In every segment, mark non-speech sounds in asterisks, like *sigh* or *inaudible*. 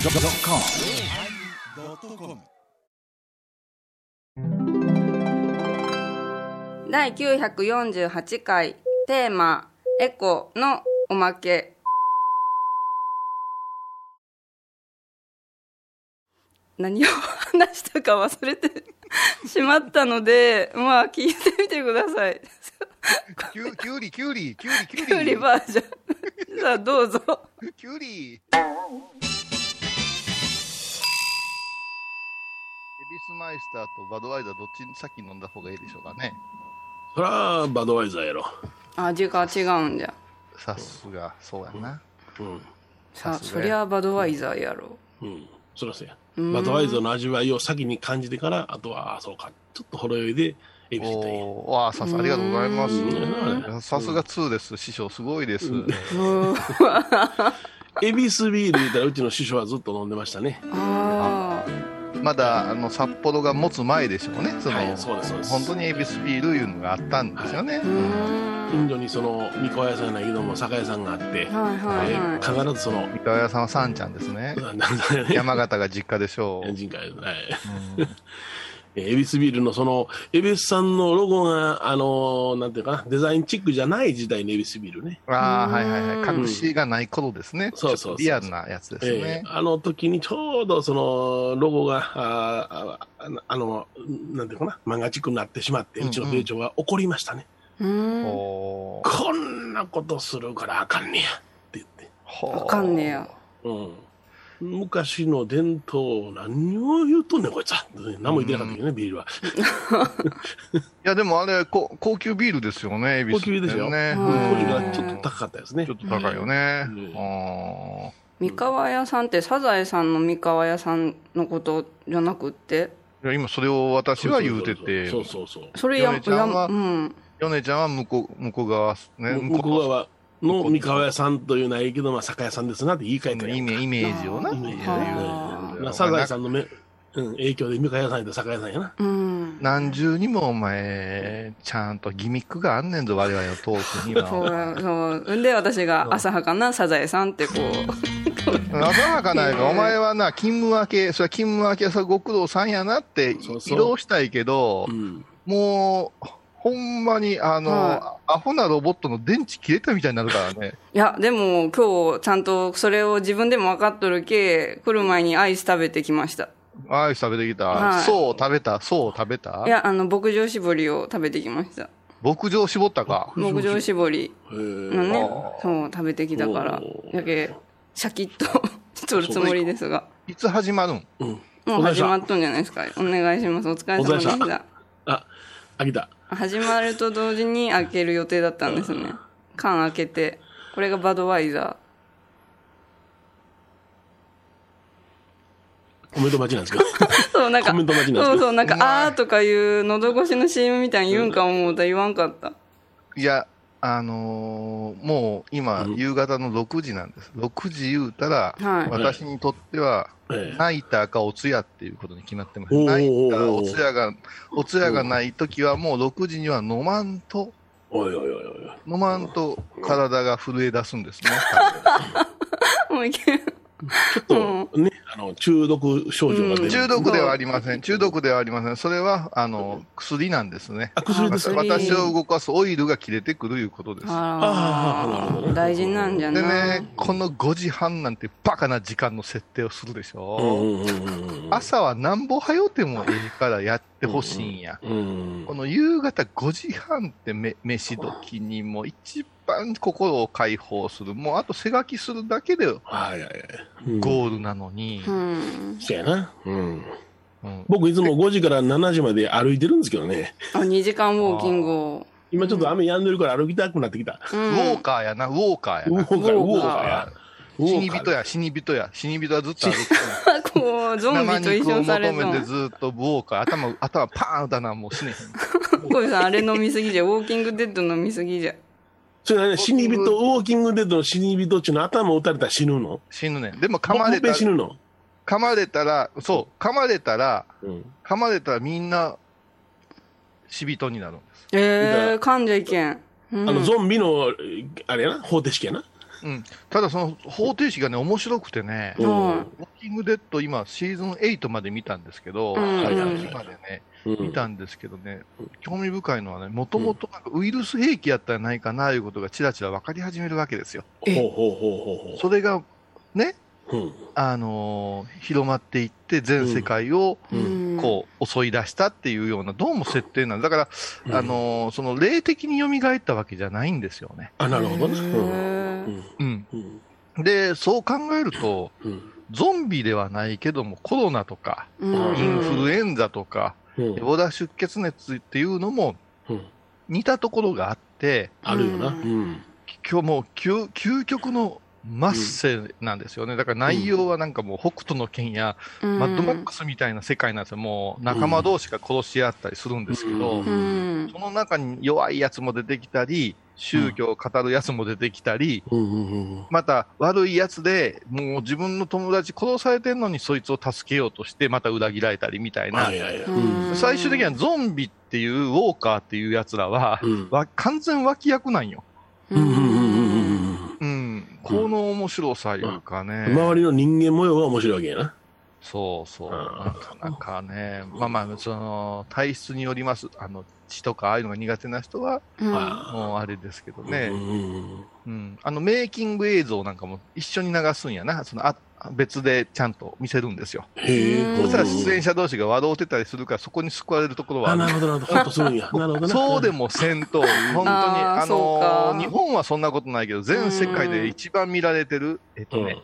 YONNIRI.com 第948回テーマ「エコ」のおまけ何を話したか忘れてしまったのでまあ聞いてみてくだ *laughs* さいキュキュウリ、キュウリ、キュウリ、キキュュウウリリ、バージョン *laughs* さあどうぞキュウリ。エビスマイスターとバドワイザーどっち先飲んだ方がいいでしょうかね。そらあバドワイザーやろ味が違うんじゃさすが、そうやな。うんさあさすそがやりゃバドワイザーやろうんそらそうやバドワイザーの味わいを先に感じてからあとはあそうかちょっとほろ酔いでエビスタインおー、わあ、さすありがとうございまうんす。さすが2です、師匠、すごいです。うんエビスビール言うたらうちの師匠はずっと飲んでましたねあーまだ、あの、札幌が持つ前でしょうね。その、はいそうですそうです本当にエビスビールいうのがあったんですよね。うーん近所にそのみこ屋さんやないけども酒屋さんがあって、はいはいえはいー必ずその三河屋さんはさんちゃんですね。なんだよね山形が実家でしょう。人会はいえー恵比寿ビールのその、恵比寿さんのロゴが、あのーなんていうかな、デザインチックじゃない時代の恵比寿ビールね。ああ、はいはいはうい。ん隠しがない頃ですね。そうそうそうちょっとリアルなやつですえねー。あの時にちょうどその、ロゴが、あーああの、なんていうかな、漫画チックになってしまって、うんううんちの米長は怒りましたね。うーんおーこんなことするからあかんねや、って言って。ほーわかんねえやうん。昔の伝統を何を言うとんねん、こいつは。何も言ってなかったけどね、ビールは。いや、でもあれ、こ高級ビールですよね、エビス高級ビールですよね。うん当うん時からちょっと高かったですねちょ。っと高いよね。うんあ三河屋さんってサザエさんの三河屋さんのことじゃなくってーいや今、それを私は言うてて、そうそうそう。それや嫁ちゃんはやうん米ちゃんは向こう、向こう側っすね。向こう側の三河屋さんというのはいいけど、まあ、酒屋さんですなって言い換えたのやイんメイメージをな。イメージあーまあサザエさんのめ、うん、影響で三河屋さんやと酒屋さんやな。うん何重にもお前、ちゃんとギミックがあんねんぞ、我々のトークにそうは。やそうで私が浅はかなサザエさんってこう鮮やかないか、お前はな、勤務明け、それは勤務明けはさ、ご苦労さんやなって、そう移そう動したいけどう、ん。もう、ほんまに、あの、はアホなロボットの電池切れたみたいになるからね。 *laughs* いやでも今日ちゃんとそれを自分でも分かっとるけ来る前にアイス食べてきましたアイス食べてきた。はいそう食べた。そう食べたい。やあの牧場絞りを食べてきました牧場絞ったか。牧場絞りへーのねあーそう食べてきたからおーやけシャキッと *laughs* しとるつもりですがいつ始まるんうん。もうお疲れ始ま様っとんじゃないですかお願いしますお疲れ様でお疲しれ様たあ、飽きた。始まると同時に開ける予定だったんですね缶開けてこれがバドワイザコメント待ちなんですけ *laughs* ど。ーそうなんかコメント待ちなんですそねうそうなんうまかい「あー」とかいう喉越しの CM みたいに言うんか思うたら言わんかったいや、あのーもう今、うん夕方の6時なんです。6時言うたら、はい私にとっては、えナイターかお通夜っていうことに決まってます。おーナイター、お通夜が、お通夜がないときはもう6時には飲まんと、おいおいおいおい。飲まんと体が震え出すんですね。もういけるちょっとね、あの、中毒症状が出る。中毒ではありません。中毒ではありません。それは、あの、薬なんですね。あ、薬です薬か私を動かすオイルが切れてくるいうことです。ああーなるほどーね大事なんじゃでないね、この5時半なんてバカな時間の設定をするでしうんょ。うんうんうんうん。朝はなんぼ早うてもええからやってほしいんや。うんこ。の夕方5時半ってめ飯時にもう一番心を解放する。もうあと背書きするだけではいはいはい。うんゴールなのに。うんそうやな。うん。うん僕いつも5時から7時まで歩いてるんですけどね。あ2時間ウォーキングを今ちょっと雨止んでるから歩きたくなってきた。うウんォーカーやな、ウォーカーやウォな。ーカー、ウォーカーや。ウォ死ーにカー人や、死に人や、死に人はずっと歩く。こうゾンビと一緒にされ生肉を求めてそうずっとウォーカー、頭、頭パーンだな、もう死ねへん。小イさんあれ飲みすぎじゃウォーキングデッド飲みすぎじゃそれはね、死に人、ウォーキングデッドの死に人っちゅうのは頭を打たれたら死ぬの死ぬねん。でも噛ほまっれぺたん死ぬの。噛まれたら、そう、噛まれたら、うん。噛まれたらみんな、死人になるんです。ええー、噛んじゃいけん、うんあの、ゾンビの、えーあれやな、方程式やな。うん、ただその方程式がね、面白くてね、うウんうんォーキングデッド、今、シーズン8まで見たんですけど、うんはいはい8までね、うん見たんですけどね、興味深いのはね、もともとウイルス兵器やったんやないかないうことがちらちら分かり始めるわけですよ。えほうほうほうほうほそれがね、う。うんあのー広まっていって、全世界をうんこう襲い出したっていうような、どうも設定なんだから、あ、のーその霊的に蘇ったわけじゃないんですよね。あ、なるほどね。へうんうん、うんで、そう考えると、うんゾンビではないけども、コロナとか、うんインフルエンザとか、うんエボラ出血熱っていうのもうん似たところがあって、あるよな。うんうん今日もう究究極のマッセなんですよね、だから内容はなんかもう北斗の拳や、うんマッドマックスみたいな世界なんですよ、もう仲間同士が殺し合ったりするんですけど、うんうんその中に弱いやつも出てきたり、宗教を語るやつも出てきたり、うんうんうんまた悪いやつで、もう自分の友達殺されてんのに、そいつを助けようとして、また裏切られたりみたいな、はいはいはい。うん最終的にはゾンビっていう、ウォーカーっていうやつらは、うんわ完全脇役なんよ。ううんうんうんうんうんんうん、この面白さいうかね、うん周りの人間模様が面白いわけやな。そうそう、うんなかなかね、まあまあ、その体質によります、あの血とかああいうのが苦手な人は、うんあもうあれですけどあね、うんうんうん、あのメイキング映像なんかも一緒に流すんやな、そのあ別でちゃんと見せるんですよ。へえ。うんそしたらうん出演者同士が笑うてたりするから、そこに救われるところはあ、あるなるほどなるほど。ほっとするんや。なるほど *laughs* ねそうでも戦闘、本当に、あーあそうのか日本はそんなことないけど、全世界で一番見られてる、えっうとんね、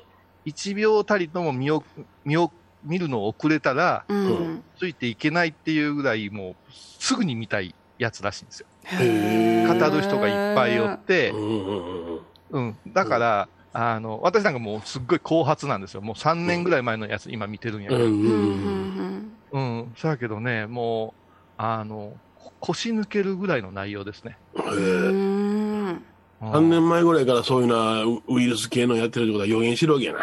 1秒たりとも見を見を見るのを遅れたら、うんついていけないっていうぐらい、もうすぐに見たいやつらしいんですよ。へ語ーる人がいっぱいおってう、んうんうんうんうん、だから、あの私なんかもうすっごい後発なんですよ、もう3年ぐらい前のやつ、今見てるんやけうど、んううんんううんんうん、そやけどね、もうあのこ腰抜けるぐらいの内容ですね。うへえんうん3年前ぐらいからそういうなウウイルス系のやってるってことは予言しろわけやな。うん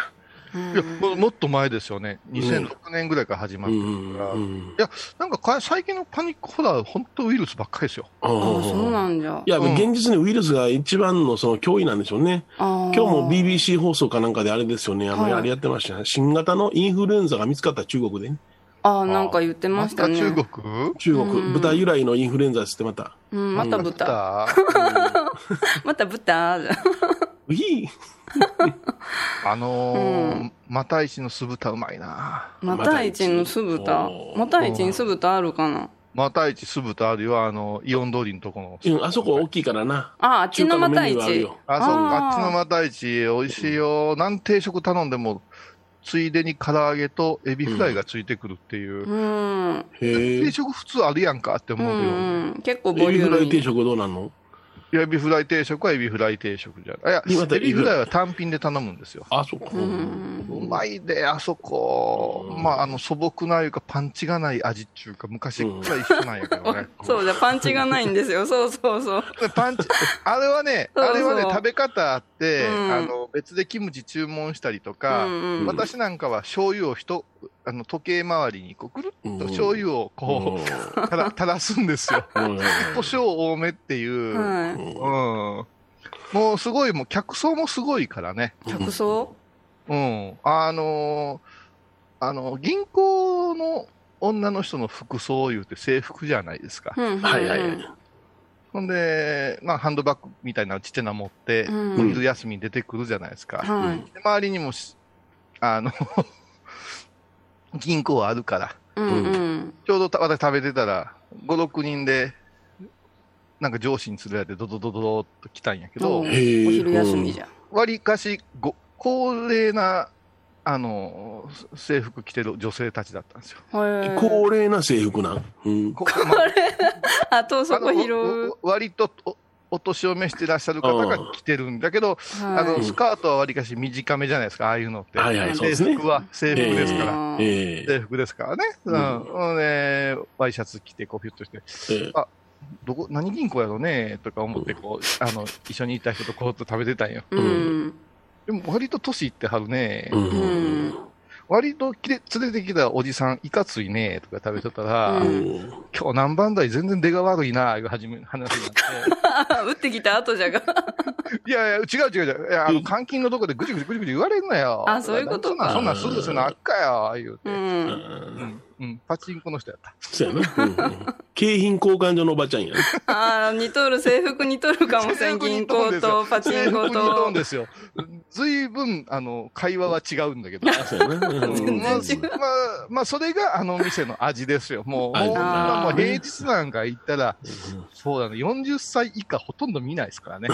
いやももっと前ですよね、2006年ぐらいから始まうって、んうんうんなんかか最近のパニックホラー、本当、ウイルスばっかりですよ。あああそうなんじゃいや、うん現実にウイルスが一番のその脅威なんでしょうね。今今日も BBC 放送かなんかであれですよね。あの、はいあれやってましたね。新型のインフルエンザが見つかった中国でね。ああなんか言ってまましたたね中国中国、うん豚由来のインフルエンザですってまた。うんまた豚豚また豚うひ *laughs* ーあのーう又石の酢豚うまいな。また一の酢豚おーまた一に酢豚あるかな又一酢豚あるいはあのイオン通りのとこの。うんあそこ大きいからな。ああっちのまた一中華のメニューがあ、あるよそあうーあっちの又一美味しいよ。何定食頼んでも、ついでに唐揚げとエビフライがついてくるっていう。うんへ定え。食普通あるやんかってう思うけど、んうん結構ボエリビュフラーイミ定ー食どうなんのいやエビフライ定食はエビフライ定食じゃない。い今やだ、エビフライは単品で頼むんですよ。あ、そこ。うんうまいで、あそこ。うんまあ、あの、素朴ないうか、パンチがない味っていうか、昔から一緒なんやけどね。そうじゃパンチがないんですよそうそうそうでパ *laughs* ンチ、あれはね、そうそうあれはね、食べ方あって、うんあの、別でキムチ注文したりとか、うんうん私なんかは醤油をひと、あの、時計回りに、こう、くるうっんと醤油をこう、たら、垂らすんです *laughs* よ。うんうん胡椒多めっていう、うん。はもうすごい、もう客層もすごいからね。い客層うん。あのーあの、銀行の女の人の服装を言うて制服じゃないですか。うんうんうんはいはいはい。ほんで、まあ、ハンドバッグみたいなちっちゃなの持って、うんお昼休みに出てくるじゃないですか。はいで周りにもし、あの、 *laughs* 銀行あるから、うんうんちょうどた私食べてたら、5、6人で、なんか上司に連れられてドドドドドーっと来たんやけどお、へえ昼休みじゃん割かしご高齢な、あの、制服着てる女性たちだったんですよ。へー高齢な制服なん。うんこまああとそこあの拾うおお割とおお年を召してらっしゃる方が着てるんだけど、あはのいスカートはわりかし短めじゃないですか、ああいうのって。はいはい、そうで制すね。服は制服ですから、あーええ制服ですからね、うんうんほんでワイシャツ着て、こう、フィュッとして、えどこ何銀行やろうねとか思ってこう、あの、一緒にいた人とこうっと食べてたんよ。うんでも、割と年いってはるねえ。う、んうん割ときれ連れてきたおじさん、いかついねとか食べとったら、うん今日何番台全然出が悪いないう始め話になっ打ってきた後じゃが。て、いやいや、違う違う違う、いやあの監禁のとこでぐちぐちぐちぐち言われんなよ。あそういうことかそんなんそんなんするするのあっかよ、言うて、う。うんうんんんうんパチンコの人やった。そうやな。うんうん景品交換所のおばちゃんやな。ああ、似とる、制服似とるかもせん。銀行と、パチンコ制服に飛とん。ですよ。ずいぶん、あの、会話は違うんだけど。そうやな。うん全まあ然違う、まあ、まあ、それがあの店の味ですよ。もう、味ほんまもうあー平日なんか行ったら、そうだね、40歳以下ほとんど見ないです *laughs* からね。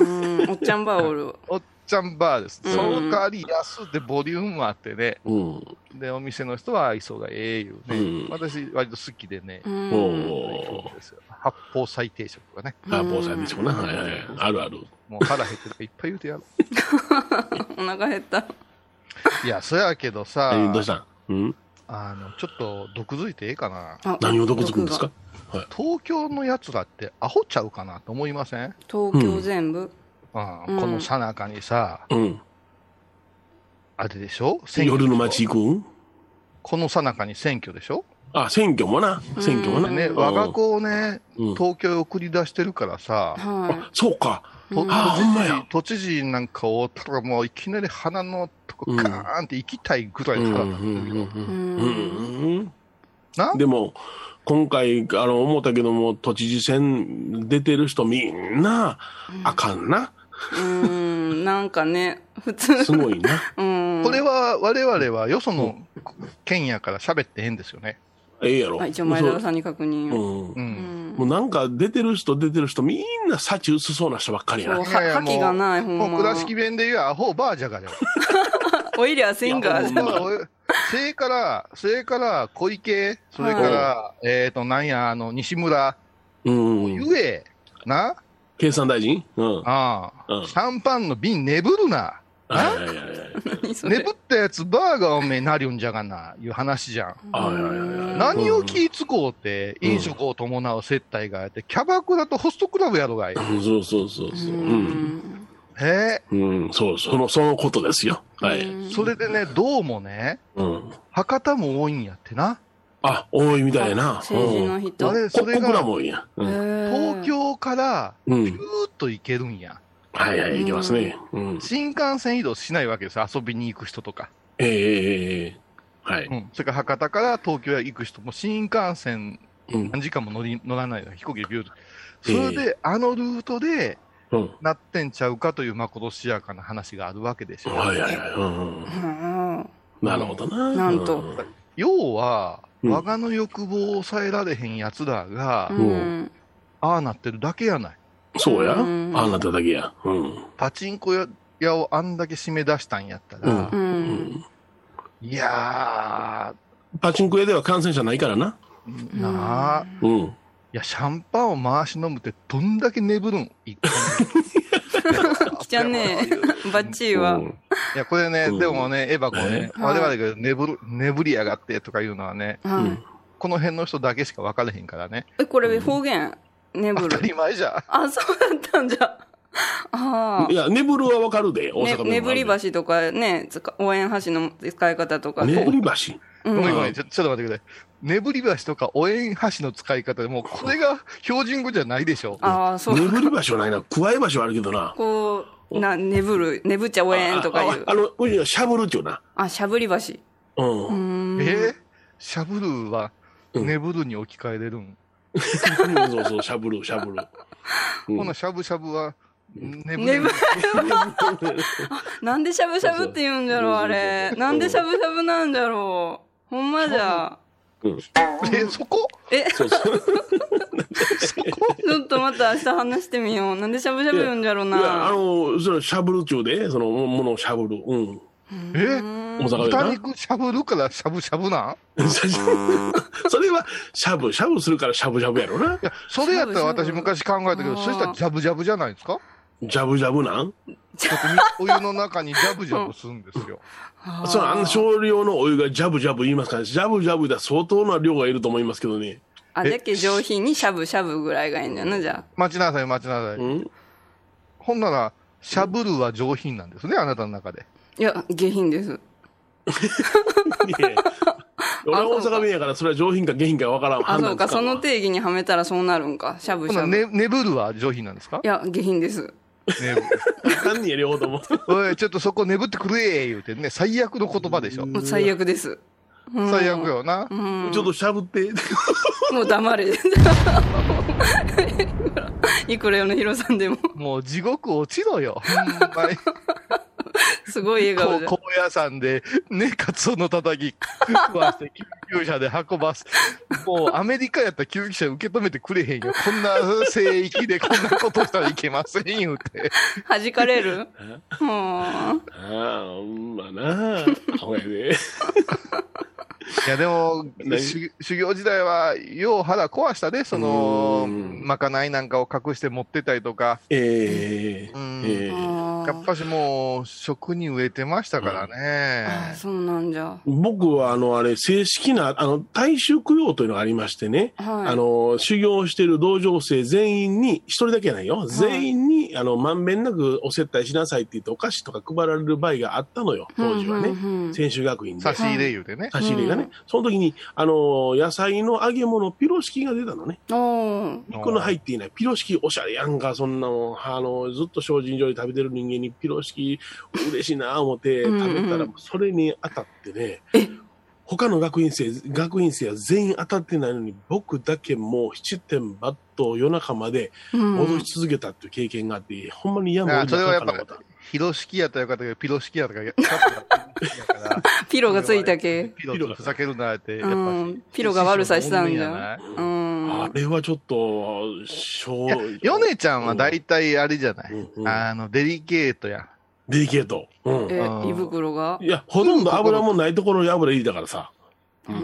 うん、おっちゃんバーおる。おっちゃんバーです。うんその代わり安でボリュームもあってね。うん。で、お店の人は愛想がええいうね。うん私、割と好きでねう。ん。おー。ですよ八方斎定食がね。あ、坊さんでしょうな。はいはい。あるある。もう腹減ってるからいっぱい言う *laughs* てやる。お腹減った。いや、そやけどえさ、ーどうしたんうんあの、ちょっと毒づいてええかな。あ何をどこつくんですか東京のやつらってアホちゃうかなと思いません、東京全部。うんうんこのさなかにさ、うん。あれでしょ選挙でし夜ょの街行くんこのさなかに選挙でしょあ、選挙もな。選挙もな。でね、うん我が子をね、うん東京へ送り出してるからさ、はあ、そうか。い。とうんあほんまや都知事なんかをたらもういきなり鼻のとこうんガーンって行きたいぐらいうんのう腹立っんてるようんうんなうんでも、今回、あの、思ったけども、都知事選出てる人みんな、あかんな。うん、なんかね、普通。すごいな。 *laughs* うん。これは我々はよその県やから喋ってへんですよね。ええやろ。あ一応前田そさんに確う認を。うんう。。うんんもうなんか出てる人出てる人みんな幸薄そうな人ばっかりやそう、な。いやいや覇気がない、ほんま。もう倉敷弁で言うアホバージャガじゃん。オイリアシンガいーだやから俺、それから、それから小池、それから、えっ、と、なんや、あの、西村、うんうんうん。ゆえ、な、経産大臣うん。ああ、うんシャンパンの瓶眠るな。はいはいはいはい。何それ眠ったやつバーがおめえなりょんじゃがな、いう話じゃん。はいはいはいはい。何を気ぃつこうて、飲食を伴う接待があって、キャバクラとホストクラブやろがい。うんそうそうそうそう。うん。へえ、うん、そう、その、そのことですよ。はい。うんそれでね、どうもね、うん。博多も多いんやってな。あ、多いみたいあな。政治の人あれ、こそれ僕らが、もいいや。う東東ん京から、うピューん。ッと行けるんや。はいはい、いきますね。うん。新幹線移動しないわけです遊びに行く人とか。ええええええはい。うん。それから博多から東京へ行く人も、新幹線うん。何時間も乗り乗らないの飛行機でビューッと。それで、あのルートで、うん。なってんちゃうかというまことしやかな話があるわけでしょ。はいはいはい。うんうん。うんなるほどな。なんとうん要は、うん我がの欲望を抑えられへんやつらが、うんああなってるだけやない。そうや。あうんなただけや。うん。パチンコ屋屋をあんだけ締め出したんやったら、ううんん。いやパチンコ屋では感染者ないからな。ー、なあ、いうん。や、シャンパンを回し飲むってどんだけ眠るん一回も汚ねバッチリはうんいや、これね、うんでもね、エヴァ子ね、え我々が眠る、眠りやがってとか言うのはね、うはいんこの辺の人だけしか分からへんからね。えこれ方言ネブ当たルり前じゃ。あそうだったんじゃあいや、眠るはわかるで、大あね阪弁もあるねぶり橋とかねつか応援橋の使い方とか眠りうごめんんごめん、ちょちょっと待ってください。眠り橋とかお縁橋の使い方でもうこれが標準語じゃないでしょ。ああ橋。そう眠り橋はないな。くわえ橋はあるけどな。こうなねぶるねぶっちゃ応援とかいうあああの、うんしゃぶるっちゅうな。あしゃぶり橋ううー *laughs* ん。んえーしゃぶるは眠るに置き換えれるん。そうそう、しゃぶる、しゃぶる。うんほな、しゃぶしゃぶは眠ねるぶ。なんでしゃぶしゃぶって言うんじゃろう、あれ。なんでしゃぶしゃぶなんじゃろう。ほんまじゃ。うんえ、そこえ、そうそう。ちょっとまた明日話してみよう。なんでしゃぶしゃぶ言うんじゃろういや、あな。の、それしゃぶるっちゅうで、そのもものをしゃぶる。うん。え大阪豚弁肉しゃぶるからしゃぶしゃぶなんな。それは、しゃぶ、しゃぶするからしゃぶしゃぶやろな。いや、それやったら私しゃぶしゃぶ昔考えたけど、あーそしたらジャブジャブじゃないですかじゃぶじゃぶなんだってみお湯の中にジャブジャブするんですよ。あーそう、あの少量のお湯がジャブジャブ言いますから、ジャブジャブだ相当な量がいると思いますけどね。あ、だっけ上品にしゃぶしゃぶぐらいがいいんだよな、じゃ待ちなさい、待ちなさうい。ん。ほんなら、しゃぶるは上品なんですね、あなたの中で。あ。いや、下品です。い *laughs* やいや俺は大阪弁やから、それは上品か下品かわからん。あ、判そ断うつかか、んわその定義にはめたらそうなるんか。しゃぶこしゃのぶ。いね、ねぶるは上品なんですかや、下品です。ねあかんねや、両方とも。ぶ *laughs* おい、ちょっとそこねぶってくれ言うてね、最悪の言葉でしょ。もう最悪です。うん最悪。よなう。んちょっとしゃぶって。もう黙れ。いくらよのヒロさんでも、もう地獄落ちろよ。ほん *laughs* まにすごい笑顔こで。高野山で、ね、カツオのたたき、食わして、救急車で運ばす。もう、アメリカやったら救急車受け止めてくれへんよ。こんな聖域でこんなことしたらいけません、言うて。弾かれるうんああ、うんまあな。アホやで。いや、でも、何修修行時代は、よう腹壊したね、そうの、んまかないなんかを隠して持ってたりとか。ええうんええやっぱしもう、食に植えてましたからああね。そうなんじゃ。はい。僕は、あの、あれ、正式な、あの、大衆供養というのがありましてね、あの、修行している道場生全員に、一人だけじゃないよ、全員に、あの、まんべんなくお接待しなさいって言って、お菓子とか配られる場合があったのよ、当時はうんね。うんうん専修学院で差。し入れ言うてね。差し入れがね、うんその時に、あの野菜の揚げ物、ピロシキが出たのね。おー肉の入っていない。ピロシキおしゃれやんか、そんなもん。あの、ずっと精進料理食べてる人間にピロシキ嬉しいなぁ思ってうん食べたら、うんそれに当たってねえ、他の学院生、学院生は全員当たってないのに、僕だけもう七点抜刀夜中までうん戻し続けたっていう経験があって、ほんまに嫌もあそれはやっぱなかった広敷やったらよかったけど、ピロ式やったらよかったから。 *laughs* ピロがついたけ。ピロとふざけるなって、やっうぱし、ん。ピロが悪さしたんじ師匠のゃ。本うあん。れはちょっと、しょう命やない。ヨネちゃんは大体あれじゃない、うんうんあの、デリケートや。デリケート。うん。えう、ん胃袋がいや、ほとんど油もないところに油入れたから *laughs* さ。ううん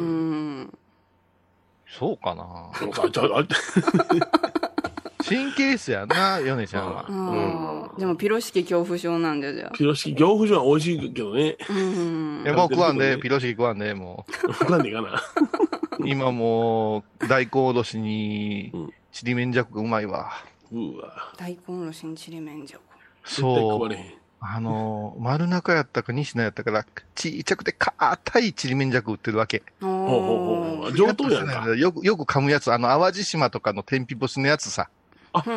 ん。そうかなあちょあ神経質やな、ヨネちゃんはう。んん。でもピロ式恐怖症なんじゃじゃ。ピロシキ、業務上は美味しいけどね。うんえ、。もう食わんで、ピロシキ食わんで、もなんでかな。う。今もう、大根おろしにうん、ちりめんじゃこがうまいわ。うわ。大根おろしにちりめんじゃこ。絶対食そわれう。へん。あの、丸中やったか西野やったから、ちっちゃくて硬いちりめんじゃこ売ってるわけ。おほうほうほおう。。上等やんか。よく、よく噛むやつ、あの、淡路島とかの天日干しのやつさ。ああ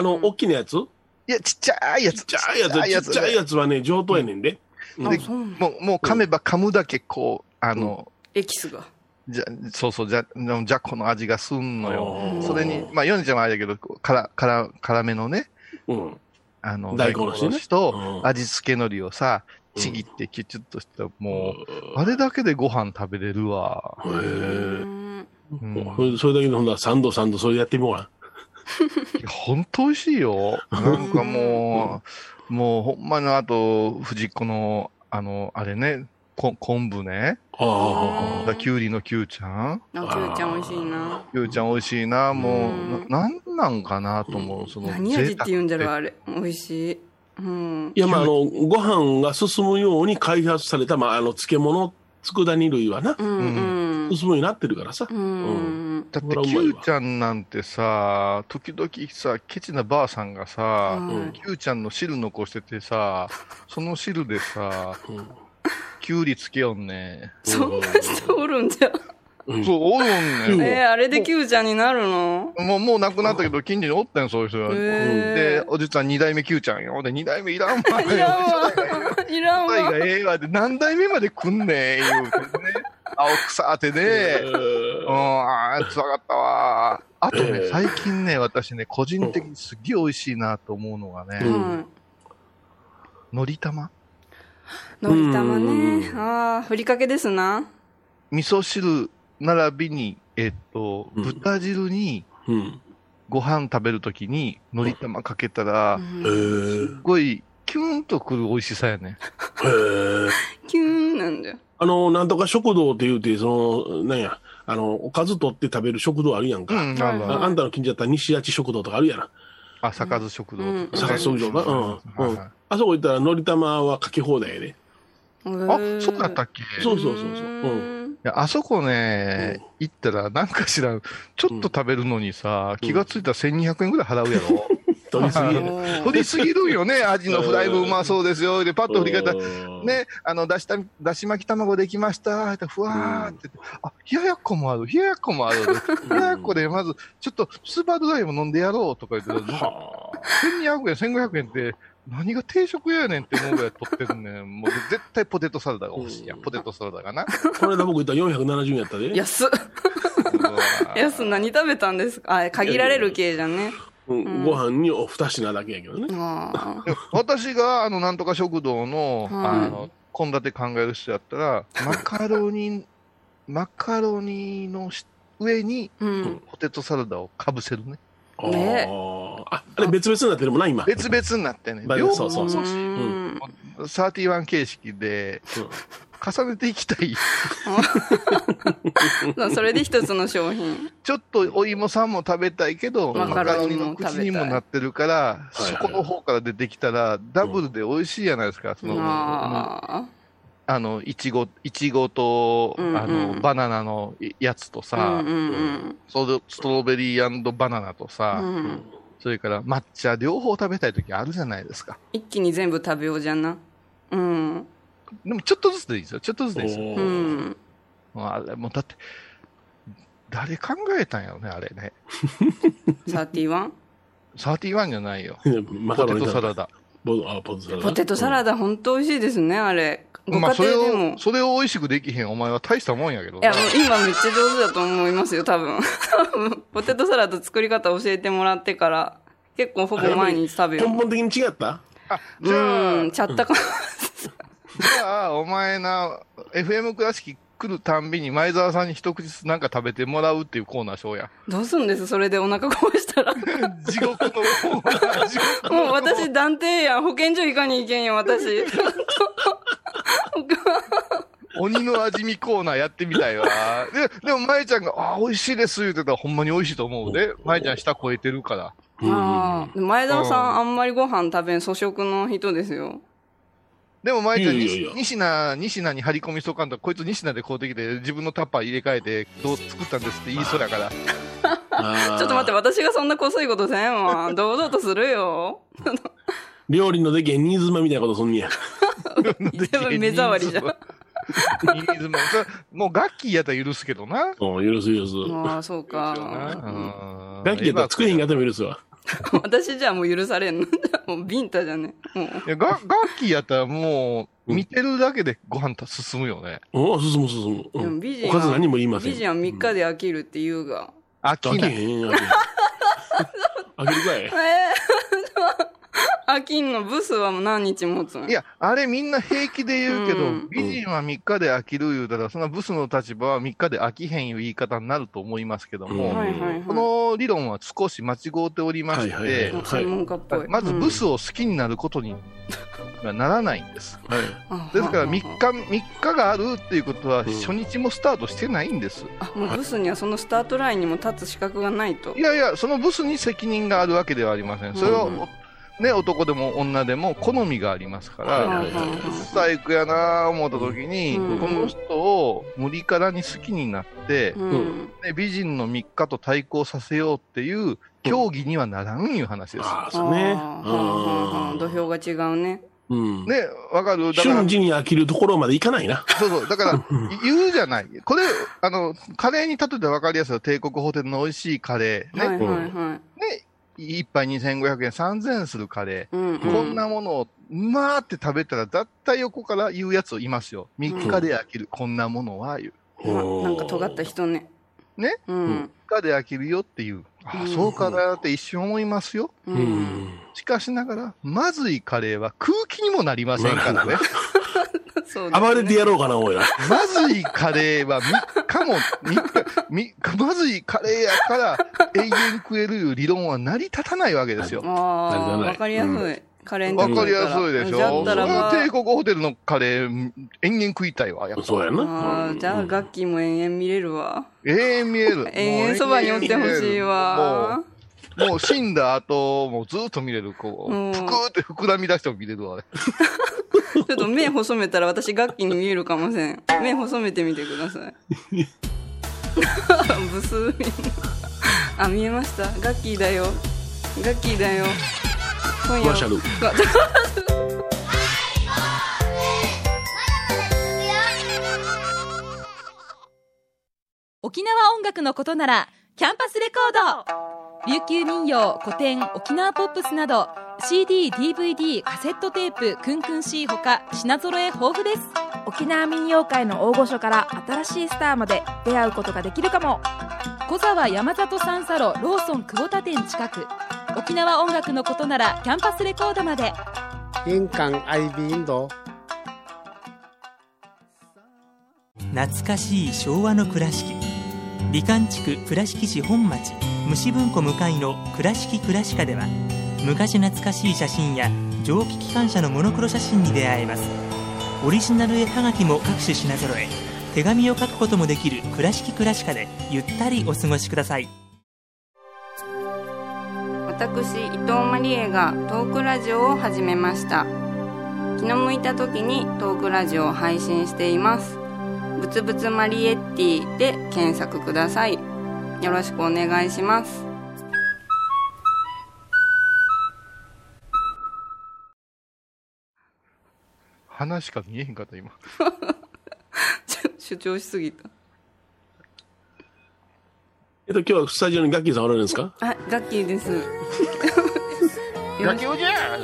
の、大きなやつちっいや、ちっちゃいやつ。ちゃいやつ、ちっちゃいやつはね、上等やねんで。あでそうなんだもう、もう噛めば噛むだけ、こう、あの、エキスが。じゃ、そうそう、じゃ、のじゃこの味がすんのよ。うんそれに、まあ、ヨネちゃんはあれだけど、こうから、から、辛めのね、うん。あの、大根おろしね大と、うん味付け海苔をさ、うんちぎってキュチュッとした、もう、うあれだけでご飯食べれるわ。へえ。うんうんもうそれだけでほんなら、サンドサンド、それやってみようかいやほんと美味しいよ。なんかもう、もうほんまのあと、藤子の、あの、あれね、こ昆布ね、な。あうんあ。だきゅうりのきゅうちゃん。あ、キュウちゃん美味しいな。ゆうちゃん美味しいな、もうんう、ななんなんかなと思う、その、何味って言うんじゃろ、贅あれ。美味しい。うんい。や、まあ、あの、ご飯が進むように開発された、まあ、あの、漬物、佃煮類はな、うんうん。進むようになってるからさ。うん。沢これだっはうて、まいきわゅうちゃんなんてさ、時々さ、ケチなばあさんがさ、はうんいきゅうちゃんの汁残してて *laughs* さ、その汁でさ、うんきゅうりつけよんね。そんな人おるんじゃ。うんそう、おるんね。えー、あれでキュウちゃんになるのもう、もう亡くなったけど、近所におったんよ、そういう人が。へで、おじちゃん二代目きゅうちゃんよ。で、二代目いらんわ。ーいらんわ。いらんお前わ。がええわで、何代目まで来んねん、言うてね。青臭あてね。うん、あーつらかったわ。あとえねえ、最近ね、私ね、個人的にすっげえ美味しいなと思うのがうね、んはい。のり玉のり玉ね。うんああ、ふりかけですな。味噌汁並びに、えっと、うん豚汁にうん。ご飯食べるときに、のり玉かけたらう、んへーすっごい、キュンとくる美味しさやね。へーキューンなんじゃ。あの、なんとか食堂って言うて、その、なんや、あの、おかず取って食べる食堂あるやんうか。ん、あるああるあんたの近所だったら西八食堂とかあるやな。あ、坂津食堂うんとかね。坂津食堂なうんうんはいあそこ行ったら、のり玉はかけ放題やで。ああ、そうだったっけそうそうそうそううん。いやあそこね、行ったら、なんか知らん、ちょっと食べるのにさ、気がついたら1200円ぐらい払うやろ。取りすぎはい *laughs* やおー振りすぎるよ *laughs* ね、アジのフライブうまそうですよ。で、パッと振り返ったら、うんね、あの、だした、だし巻き卵できました。ってふわーって、あ、冷ややっこもある、冷ややっこもあ *laughs* る。冷ややっこで、まず、ちょっと、スーパードライも飲んでやろうとか言ってたら、は1200円、1500円って、何が定食やねんって思うぐらい取ってんねん。もう絶対ポテトサラダが欲しいやん。うんポテトサラダが *laughs* な。あこれだ僕言ったら470円やったで。安っ安っ何食べたんですかあ限られる系じゃんねうんご飯にお二品だけやけどね。あでも私が、あの、なんとか食堂の、はいあの、献立考える人やったら、マカロニ、 *laughs* マカロニのし上にーうんポテトサラダをかぶせるね。あねーあ、あれ別々になってるもんな、今。別々になってね。まあ両そう方そうそうーん31形式で重ねていきたい。そうそれで一つの商品ちょっとお芋さんも食べたいけど、ママカカロロニニもの食べたい口にもなってるから、いはいそこの方から出てきたら、ダブルで美味しいじゃないですか。その、ああの、いちご、いちごと、うんうんあの、バナナのやつとあさ、うんうんそれストロベリーバナナとうさ、んううんんそれから抹茶両方食べたい時あるじゃないですか。一気に全部食べようじゃなうんでもちょっとずつでいいですよ。ちょっとずつでいいですよ。うおーんもうあれ、もうだって、誰考えたんやろね、あれね。 31 31じゃないよ。マカポロテトニじサラゃないダ。ポあポテトサラダ。ポテトサラダ本当美味しいですねあれご家まあ、それ庭でもを、それを美味しくできへんお前は大したもんやけどいや、なもう今めっちゃ上手だと思いますよ、多分。 *laughs* 多分ポテトサラダ作り方教えてもらってから、結構ほぼ毎日食べ根る。本的に違 *laughs* ったあ *laughs* じゃあ、うん、ちゃったか。じゃあ、お前な、FM 倉敷来るたんびに前澤さんに一口ずつなんか食べてもらうっていうコーナーしようや。どうすんですそれでお腹壊したら。地獄のコーナー、地獄もう私断定やん。保健所行かに行けんよ、私。鬼の味見コーナーやってみたい *laughs* わ。ででも、舞ちゃんが、あー、美味しいです言ってたらほんまに美味しいと思うで。舞ちゃん舌超えてるから。ああ、前澤さんあんまりご飯食べん素食の人ですよ。でも、舞ちゃん、いやいやいや西名、西名に張り込みしとかんと、こいつ西名で買うてきて、自分のタッパー入れ替えて、どう作ったんですって言いそうだ *laughs* から。ちょちょっと待って、私がそんなこそいことせんわ。堂々とする *laughs* よ。料理ので芸人妻みたいなことす *laughs* んねや。全部目障りじゃん。ニーズもそれもうガッキーやったら許すけどな。うん、許す許す。ああ、そうか。ガガッキーやったら作れへんかったも許すわ。私じゃあもう許されんの。もうビンタじゃね。もう。いやガガッキーやったらもう、見てるだけでご飯た進むよね。うん、進む進む。でうもん美人おはかず何も言いません。美人は3日で飽きるって言うが。飽飽ききない。へんやん。飽 *laughs* きるかい。えー、飽きんのブスはもう何日持つの *laughs* いや、あれみんな平気で言うけど、うん美人は3日で飽きる言うたら、そんなブスの立場は3日で飽きへんいう言い方になると思いますけども、うんはいはいはこの理論は少し間違うておりまして、はいはいい。専門家っぽい。まずブスを好きになることにはならないんです。はい。うんですから3日、あ3日があるっていうことは、うん初日もスタートしてないんです。あもうブスにはそのスタートラインにも立つ資格がないとい。やいや、そのブスに責任があるわけではありません。それは、うんね、男でも女でも好みがありますから、はいはいはい最悪やなぁ思った時に、うんこの人を無理からに好きになって、うんうね美人の3日と対抗させようっていう競技にはならんいう話です。ああ、あーそうねはあはあはあ。土俵が違うね。うん。ね、わかるだから瞬、時に飽きるところまでいかないな。そうそう、だから、言うじゃない。これ、あの、カレーに例えてわかりやすいのは帝国ホテルの美味しいカレー、ね、はいはいはい。 1杯2500円、3000円するカレー。うんこんなものを、まーって食べたら、絶対横から言うやついますよ。3日で飽きる、こんなものは、言うう。んななんか尖った人ね。ねうん。 3日で飽きるよっていう。あうあ、んそうかなって一瞬思いますよ。う。うんん。しかしながら、まずいカレーは空気にもなりませんからね。そうですね暴れてやろうかな、おいら。まずいカレーは3日も、3日、まずいカレーやから永遠食えるいう理論は成り立たないわけですよ。ああ、なんじゃないわかりやすい。カレンダわーかりやすいでしょ。じゃっそたれらはば、帝国ホテルのカレー、延々食いたいわ、やっぱ。そうやあな。ーじゃあ、ガッキーも延々見れるわ。永遠見える。 *laughs* 永遠そばにおってほしいわ。もう。もう死んだ後、もうずっと見れる、こうんう、ふくーって膨らみ出しても見れるわ、あれ。ちょっと目細めたら私、ガッキーに見えるかもしれん。目細めてみてください。 *laughs* ブスみんな。あ、見えましたガッキーだよ。ガッキーだよ。今マーシャル。沖縄音楽のことならキャンパスレコード琉球民謡古典沖縄ポップスなど CDDVD カセットテープクンクン C ほか品揃え豊富です沖縄民謡界の大御所から新しいスターまで出会うことができるかも小沢山里三佐路ローソン久保田店近く沖縄音楽のことならキャンパスレコードまで玄関アイビーインド懐かしい昭和の倉敷美観地区倉敷市本町虫文庫向かいの「倉敷倉歯科」では昔懐かしい写真や蒸気機関車のモノクロ写真に出会えますオリジナル絵はがきも各種品揃え手紙を書くこともできる「倉敷倉歯科」でゆったりお過ごしください私伊藤マリエがトークラジオを始めました気の向いた時にトークラジオを配信していますぶつぶつマリエッティで検索くださいよろしくお願いします鼻しか見えへんかった、今。ちょ主張しすぎたえっと、今日はスタジオにガッキーさんおられるんですかあガッキーですガキおじゃ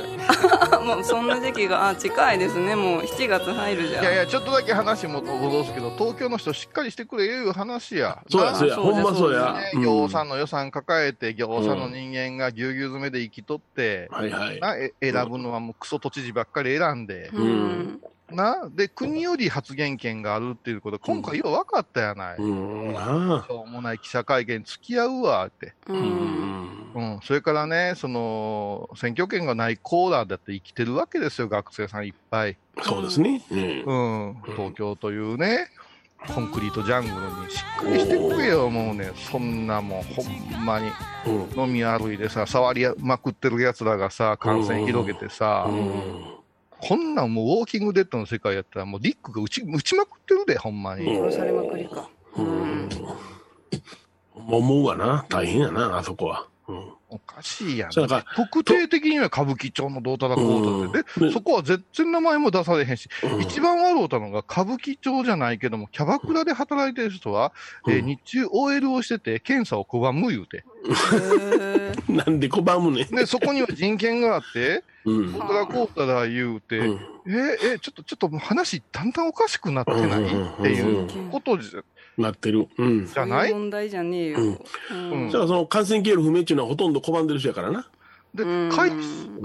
もうそんな時期があ近いですねもう7月入るじゃいんやいや、ちょっとだけ話も戻すけど、東京の人しっかりしてくれいう話や。そうや、なそうや。そうほですんまそうやそ。うんね、業者の予算抱えて、業者の人間がぎゅうぎゅう詰めで生きとって、はいはい。なえ選ぶのはもうクソ都知事ばっかり選んで、うんなで、国より発言権があるっていうこと、今回よう分かったやない。うん、なあ。しょうもない記者会見付き合うわって。ううんん。うん。それからね、その、選挙権がないコーラだって生きてるわけですよ、学生さんいっぱい。そうですね。うんうん。東京というね、コンクリートジャングルにしっかりしてくれよ、もうね。そんなもん、ほんまに。うん。飲み歩いてさ、触りまくってる奴らがさ、感染広げてさ、うんこんなんもうウォーキングデッドの世界やったら、もうリックが打ち打ちまくってるで、ほんまに。殺されまくりかうん。思うわな。大変やな、あそこは。うん。おかしいやん。そうなんか特定的には歌舞伎町のどうたらこうたらで、うでんねそこは全然名前も出されへんし、うん一番悪うたのが歌舞伎町じゃないけども、キャバクラで働いてる人は、えーうん日中 OL をしてて、検査を拒む言うて。へなんで拒むねん。で、そこには人権があって、うんどうたらこうたら言うて、うんえーえーちょっと、ちょっともう話だんだんおかしくなってない、うんっていうことじゃなってる。うん。じゃなそうい、う問題じゃねえよ、うんうんだからその感染経路不明っていうのはほとんど拒んでる人やからな。でうん会、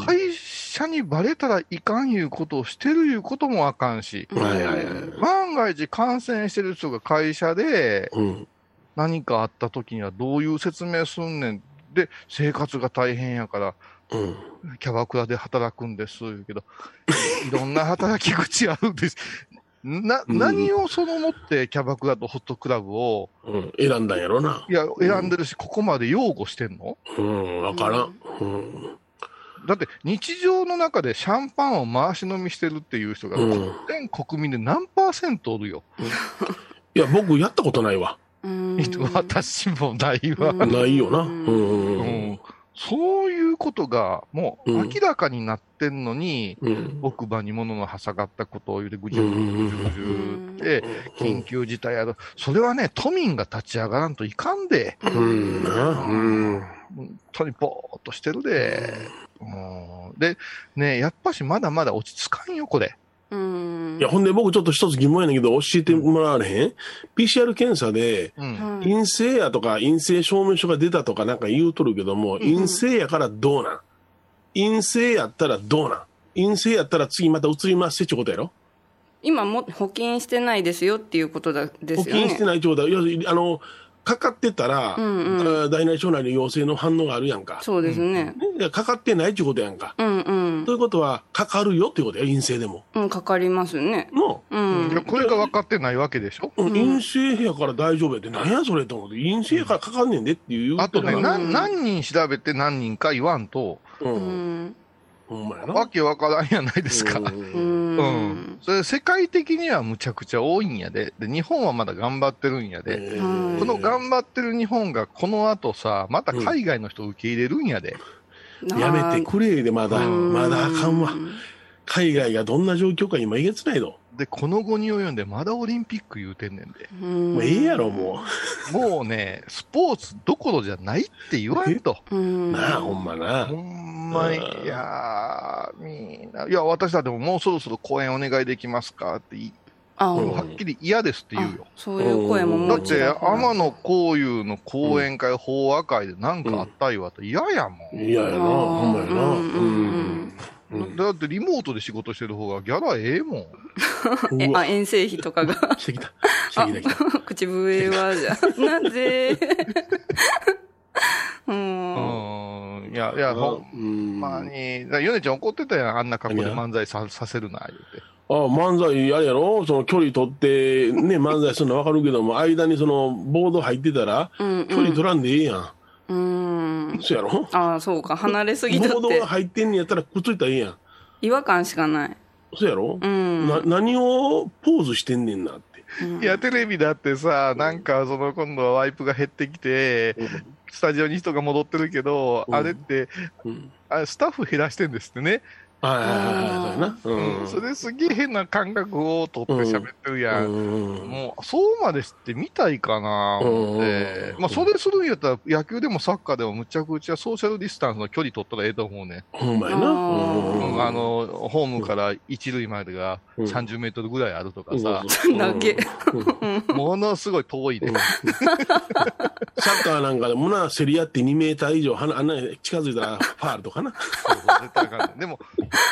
会社にバレたらいかんいうことをしてるいうこともあかんし、うんはいはいはい。万が一感染してる人が会社でうん。何かあった時にはどういう説明すんねん。で、生活が大変やから、うん。キャバクラで働くんです、言うけど、 *laughs* いろんな働き口あるんです。な、うん何をそのもってキャバクラとホットクラブを、うん。選んだんやろな。いや、選んでるし、ここまで擁護してんのうん。わからん。うん。だって、日常の中でシャンパンを回し飲みしてるっていう人が、うん全国民で何パーセントおるよ。いや、僕やったことないわ。うん、 *laughs* 私もないわ。うんないよな。ううんん。うんそういうことがもううん明らかになってんのに、うん。奥歯に物の挟がったことを言うてぐじうゅんぐじゅぐじゅぐじゅぐじゅって、緊急事態やろ。それはね、都民が立ち上がらんといかんで、うん。な。うん。本当にぼーっとしてるで。うんで、ね、やっぱしまだまだ落ち着かんよ、これ。うんいや、ほんで僕ちょっと一つ疑問やねんけど、教えてもらわれへん ?PCR 検査で、うん。はい陰性やとか、陰性証明書が出たとかなんか言うとるけども、ん陰性やからどうなん陰性やったらどうなん陰性やったら次また移りますってちゅうことやろ今も保険してないですよっていうことだで保すよね険してないってことは、要するに、あの、かかってたら、うんうんあー大内小内の陽性の反応があるやんか。そうですね、ねいやかかってないってことやんか。うん、うんということは、かかるよってことや、陰性でも。うんかかりますねの、うんいやこれが分かってないわけでしょ。うん陰性やから大丈夫やって、なんやそれと思って、陰性やからかかんねんでっていう。あとね、うんな何人調べて何人か言わんと、う。うんんほんまやな。わけわからんやないですか。うんう、うんん、それ世界的にはむちゃくちゃ多いんやでで、日本はまだ頑張ってるんやで、えうんーこの頑張ってる日本がこの後さ、また海外の人を受け入れるんやで、やめてくれでまだ、うんまだあかんわ。海外がどんな状況か今えげつないの。で、この後に及んで、まだオリンピック言うてんねんで。うんもうええやろ、ももうね、スポーツどころじゃないって言わんと。うう。んなあ、ほんまなほ。んまに、うんいやー、みんな、いや、私だってももうそろそろ公演お願いできますかって言い、あうんはっきり嫌ですって言うよあ。そういう声もうんもだうっちて、らほら天野幸雄の講演会、法話会でなんかあったいわって嫌やもん。いややな、あーほんまやな。うんうんうんうんだってリモートで仕事してる方がギャラええもん。えうあわ、遠征費とかが *laughs* *laughs* してきた。してきた、来た。口笛はじゃ *laughs* あなぜうんうん。いや、いや、ほんんまあ、に。だからヨネちゃん怒ってたやん。あんな格好で漫才ささせるな、言うて。漫才、あれやろその距離取って、ね、漫才するのわかるけども、間にその、ボード入ってたら、うんうん距離取らんでええやん。うんそうやろああそうか離れすぎたっボードてが入ってんねやったらくっついたらええやん。違和感しかないそうやろう、んな、何をポーズしてんねんなって。うんいや、テレビだってさ、なんか、その、今度はワイプが減ってきて、スタジオに人が戻ってるけど、うんあれって、うん。あスタッフ減らしてんですってね。はいはいはいはい、そうやな。うん。それすげえ変な感覚を取って喋ってるやん。うん。もう、そうまでして見たいかな思って、うんまあ、それするんやったら、野球でもサッカーでもむちゃくちゃソーシャルディスタンスの距離取ったらええと思うね。ほんまやな。あうーんうんあ、の、ホームから一塁までがうん30メートルぐらいあるとかさ、だけうんものすごい遠いで。サッカーなんかでもな、競り合って2メーター以上はな、あんなに近づいたらファールと *laughs* かな。そうそう絶対あかんねでも、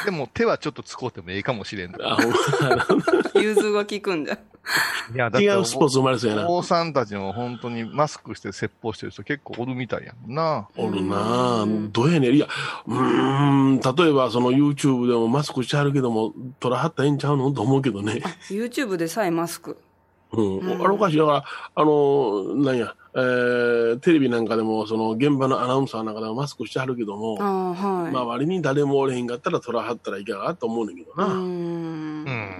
でも手はちょっとつこうてもええかもしれんと。あほん融通が効くんだいや、ま違うスポーツ生まれそうやな。お坊さんたちも本当にマスクして説法してる人結構おるみたいやもんな。おるなあどうやねん。いや、うーん、例えばその YouTube でもマスクしてはるけども、取らはったらええんちゃうのと思うけ *laughs* どね。 YouTube でさえマスクうん。うんあれおかしい。だから、あの、なんや、えー、テレビなんかでも、その現場のアナウンサーなんかでもマスクしてはるけども、ああはいまあ割に誰もおれへんかったら取らはったらいいかなと思うねんだけどな。うんうん。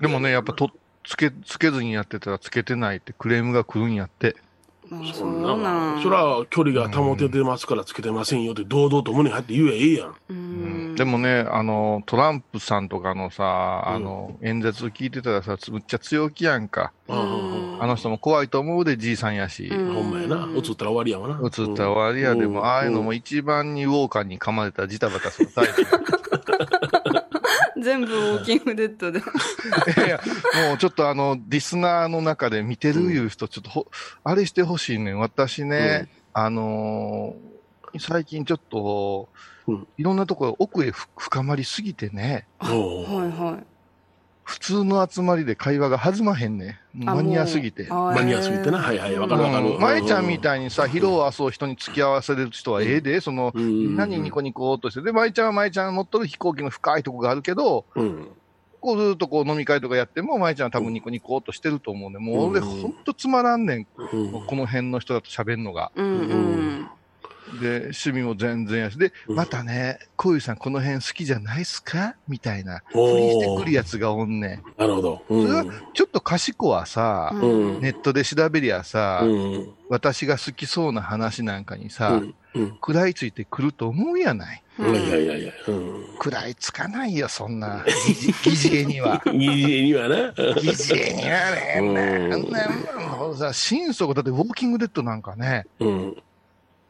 でもね、やっぱと、つけ、つけずにやってたらつけてないってクレームが来るんやって。まあそそんうななんんそら距離が保ててますからつけてませんよって堂々と胸張って言えばええやん。うんでもね、あの、トランプさんとかのさ、うんあの、演説聞いてたらさ、つむっちゃ強気やんか。うんあの人も怖いと思うで、じいさんやし。うんほんまやな。映ったら終わりやわな。映ったら終わりやでも、ああいうのもい一番にウォーカーに噛まれたらジタバタするタイプ。全部ウォーキングデッドでいやいや、もうちょっとあの、リスナーの中で見てるいう人、ちょっとほ、あれしてほしいねん。私ね、あのー最近ちょっと、うんいろんなところ奥へふ深まりすぎてね、おうはいはい普通の集まりで会話が弾まへんねん。もあうマニアすぎて。もうあマニアすぎてな。はいはい。わかるわかうんる。舞ちゃんみたいにさ、疲労を遊う人に付き合わせる人はええで、その、うん何ニコニコっとして。で、舞ちゃんは舞ちゃん持っとる飛行機の深いとこがあるけど、うん。こうずっとこう飲み会とかやっても、舞ちゃんは多分ニコニコっとしてると思うね。もう俺うんほんとつまらんねん。うんもうこの辺の人だと喋んのが。うんうんで、趣味も全然やし。で、うんまたね、こういうさんこの辺好きじゃないっすかみたいな。ふおーりしてくるやつがおんねん。なるほど。うそれはん。ちょっと賢はさ、うんネットで調べりゃさ、うん。私が好きそうな話なんかにさ、うんうん。食らいついてくると思うやない。いやいやいやいや。うん。食らいつかないよ、そんな。 *laughs* 疑似絵には。いいにはな。疑似絵にはね、うんあんなもうさ、心底、だってウォーキングデッドなんかね、うん。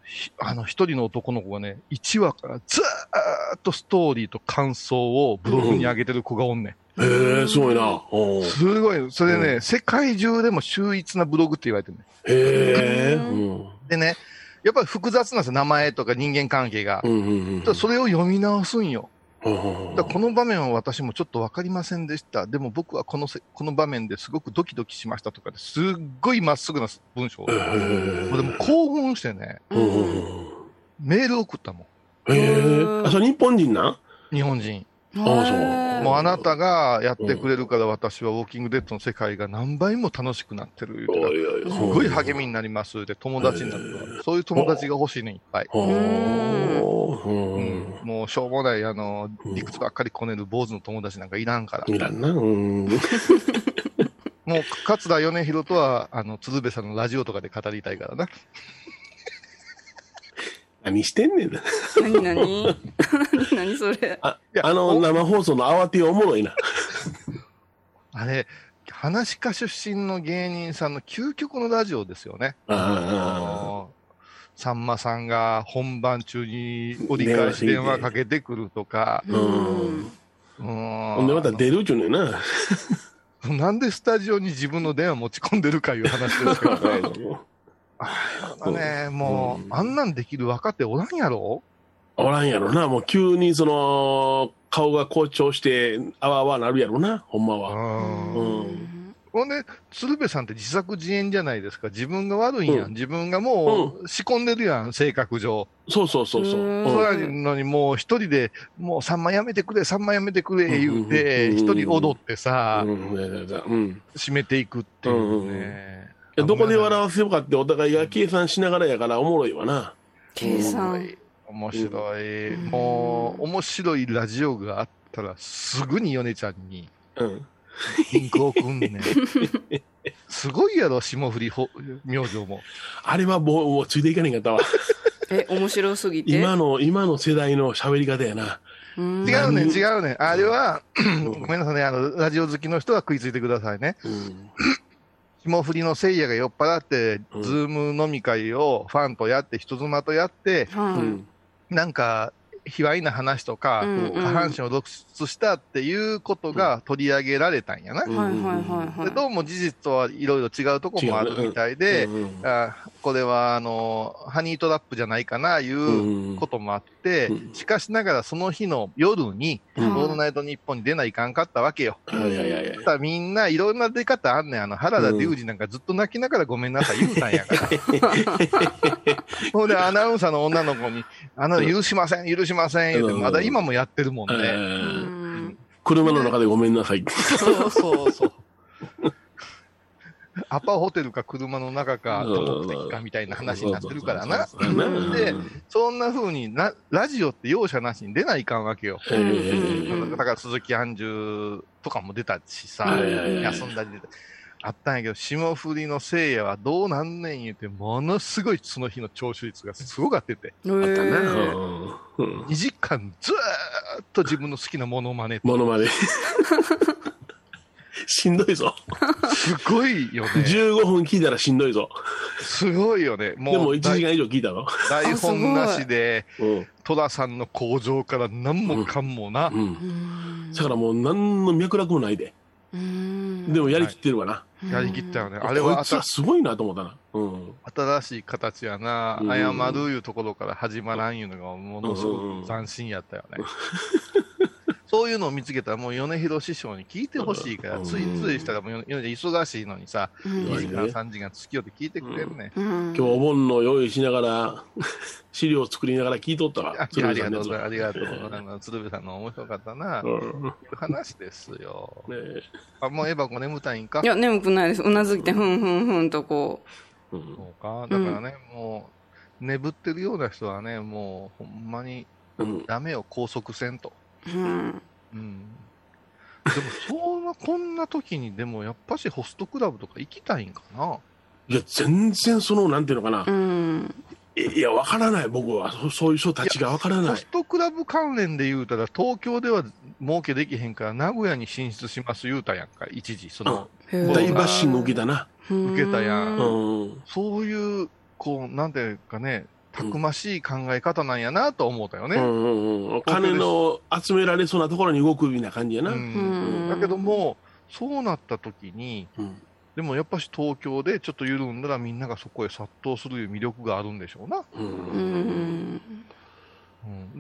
ひあの、一人の男の子がね、1話からずーっとストーリーと感想をブログに上げてる子がおんね。へえ、すごいな。おうんすごい。それね、う世界中でも秀逸なブログって言われてるね。へえ。うん。でね、やっぱり複雑なんですよ、名前とか人間関係がう。んうんただそれを読み直すんよ。うん。だからこの場面は私もちょっと分かりませんでした。でも僕はこのせこの場面ですごくドキドキしましたとかですっごいまっすぐな文章。へ俺え。もう興奮してね、うんうんうん。メール送ったもへえ。あ、それ日本人なんん。日本人。あもうあなたがやってくれるから私はウォーキングデッドの世界が何倍も楽しくなってる言うてた。すすごい励みになりますで友達になるそういう友達が欲しいねんいっぱい。ほう。ううんん。もうしょうもない、あの、理屈ばっかりこねる坊主の友達なんかいらんから。いらんな。 *laughs* うん。もう、勝田米広とは、あの、鶴瓶さんのラジオとかで語りたいからな。何してんねんな。何何 *laughs* 何それ。あいやあの生放送の慌てようおもろいな。あれ、話し家出身の芸人さんの究極のラジオですよね。あさんまさんが本番中に折り返し電話かけてくるとか、あ。うん。うほんでまたん出るっちゅうねんな。なんでスタジオに自分の電話持ち込んでるかいう話ですけどね。あね、もう、あんなんできる若手おらんやろおらんやろな。もう急にその、顔が好調して、あわあわなるやろな、ほんまうは。んうんほんで、鶴瓶さんって自作自演じゃないですか。自分が悪いんやうんん。自分がもう仕込んでるやん、性格上。そうそうそうそう。うんそううんやのにもう一人で、もうさんまやめてくれ、さんまやめてくれ、言ううて、ん一人踊ってさう、んいやいやいやうん締めていくっていうね。いやどこで笑わせようかってお互いが計算しながらやからおもろいわな。計面白算。い。面白い。うんもう、面白いラジオがあったら、すぐに米ちゃんにうん。リンク送んねん。すごいやろ、霜降りほ明星も。あれはもう、もうついていかねんかったわ。え、面白すぎて。今の、今の世代の喋り方やな。うん違うねん、うん違うねん。あれは、ごめんなさいね、あの、ラジオ好きの人は食いついてくださいね。うん。霜降りのせいやが酔っ払って、うんズーム飲み会をファンとやって、人妻とやって、うはい。ん。なんか、卑猥な話とか、うん下半身を露出したっていうことが取り上げられたんやな。身はいはいはいはい。でどうも事実とはいろいろ違うとこもあるみたいで、うんあこれはあのハニートラップじゃないかないううんこともあって、うんしかしながらその日の夜に、うんオールナイトニッポンに出ないかんかったわけよ。いやいやいやいやだからみんないろんな出方あんねん。あの原田龍二なんかずっと泣きながらごめんなさい言うたんやから。ほんでアナウンサーの女の子に、あの許しません、許しません言ううて、んまだ今もやってるもんえね。うーん車の中でごめんなさい。そうそうそう。アパホテルか車の中か、多目的かみたいな話になってるからな。そうそうそうそううんでそんな風にな、ラジオって容赦なしに出ないかんわけよ。えーうんだから鈴木杏樹とかも出たしさ、はいはいはい休んだり出た。あったんやけど、霜降りのせいやはどうなんねん言うて、ものすごいその日の聴取率がすごかってて、へーうんうん2時間ずーっと自分の好きなモノマネ、ものまで。 *laughs* しんどいぞ。すごいよね。 15分聞いたらしんどいぞ。すごいよね。でもも1う時台間以上聞いたろ。台本なしで、うん。寅さんの工場から何もかんもな、うん。うんだからもう何の脈絡もないで。うんでもやりきってるわな。やりきったよね。ああれれは。こはいつはすごいなと思ったな。うん。新しい形やな、うん謝るいうところから始まらんいうのがものすごく斬新やったよね。 *laughs* そういうのを見つけたらもう米広師匠に聞いてほしいから、うんついついしたらもう米広忙しいのにさ、ううんん2時間3時間付き合って聞いてくれるね。うん今日お盆の用意しながら、 *laughs* 資料を作りながら聞いとったわあ。ありがとうございます。ありがとううございます。鶴瓶さんの面白かったな、うん。ね話ですよ。えあ、もうエヴァ子眠たいんかいや、眠くないです。うなずいて、ふんふんふんとこうんそうか。だからね、もう、眠ってるような人はね、もう、ほんまにうん。ダメよ、拘束せんと。う。うん。うんでも、そんな、こんな時に、でも、やっぱしホストクラブとか行きたいんかな。いや、全然その、なんていうのかなう。ん。えいや、わからない、僕は。そそういう人たちがわからなホいス。トクラブ関連で言うたら、東京では儲けできへんから、名古屋に進出します言うたやんか、一時。その、へー大バッシング受けたな。うん受けたやんうん。そういう、こう、なんていうかね、たくましい考え方なんやなと思ったようね。んうんうん。金の集められそうなところに動くような感じやうな。ん。だけど、も、そうなった時に、うんでもやっぱし東京でちょっと緩んだらみんながそこへ殺到するいう魅力があるんでしょうな。ううんん。で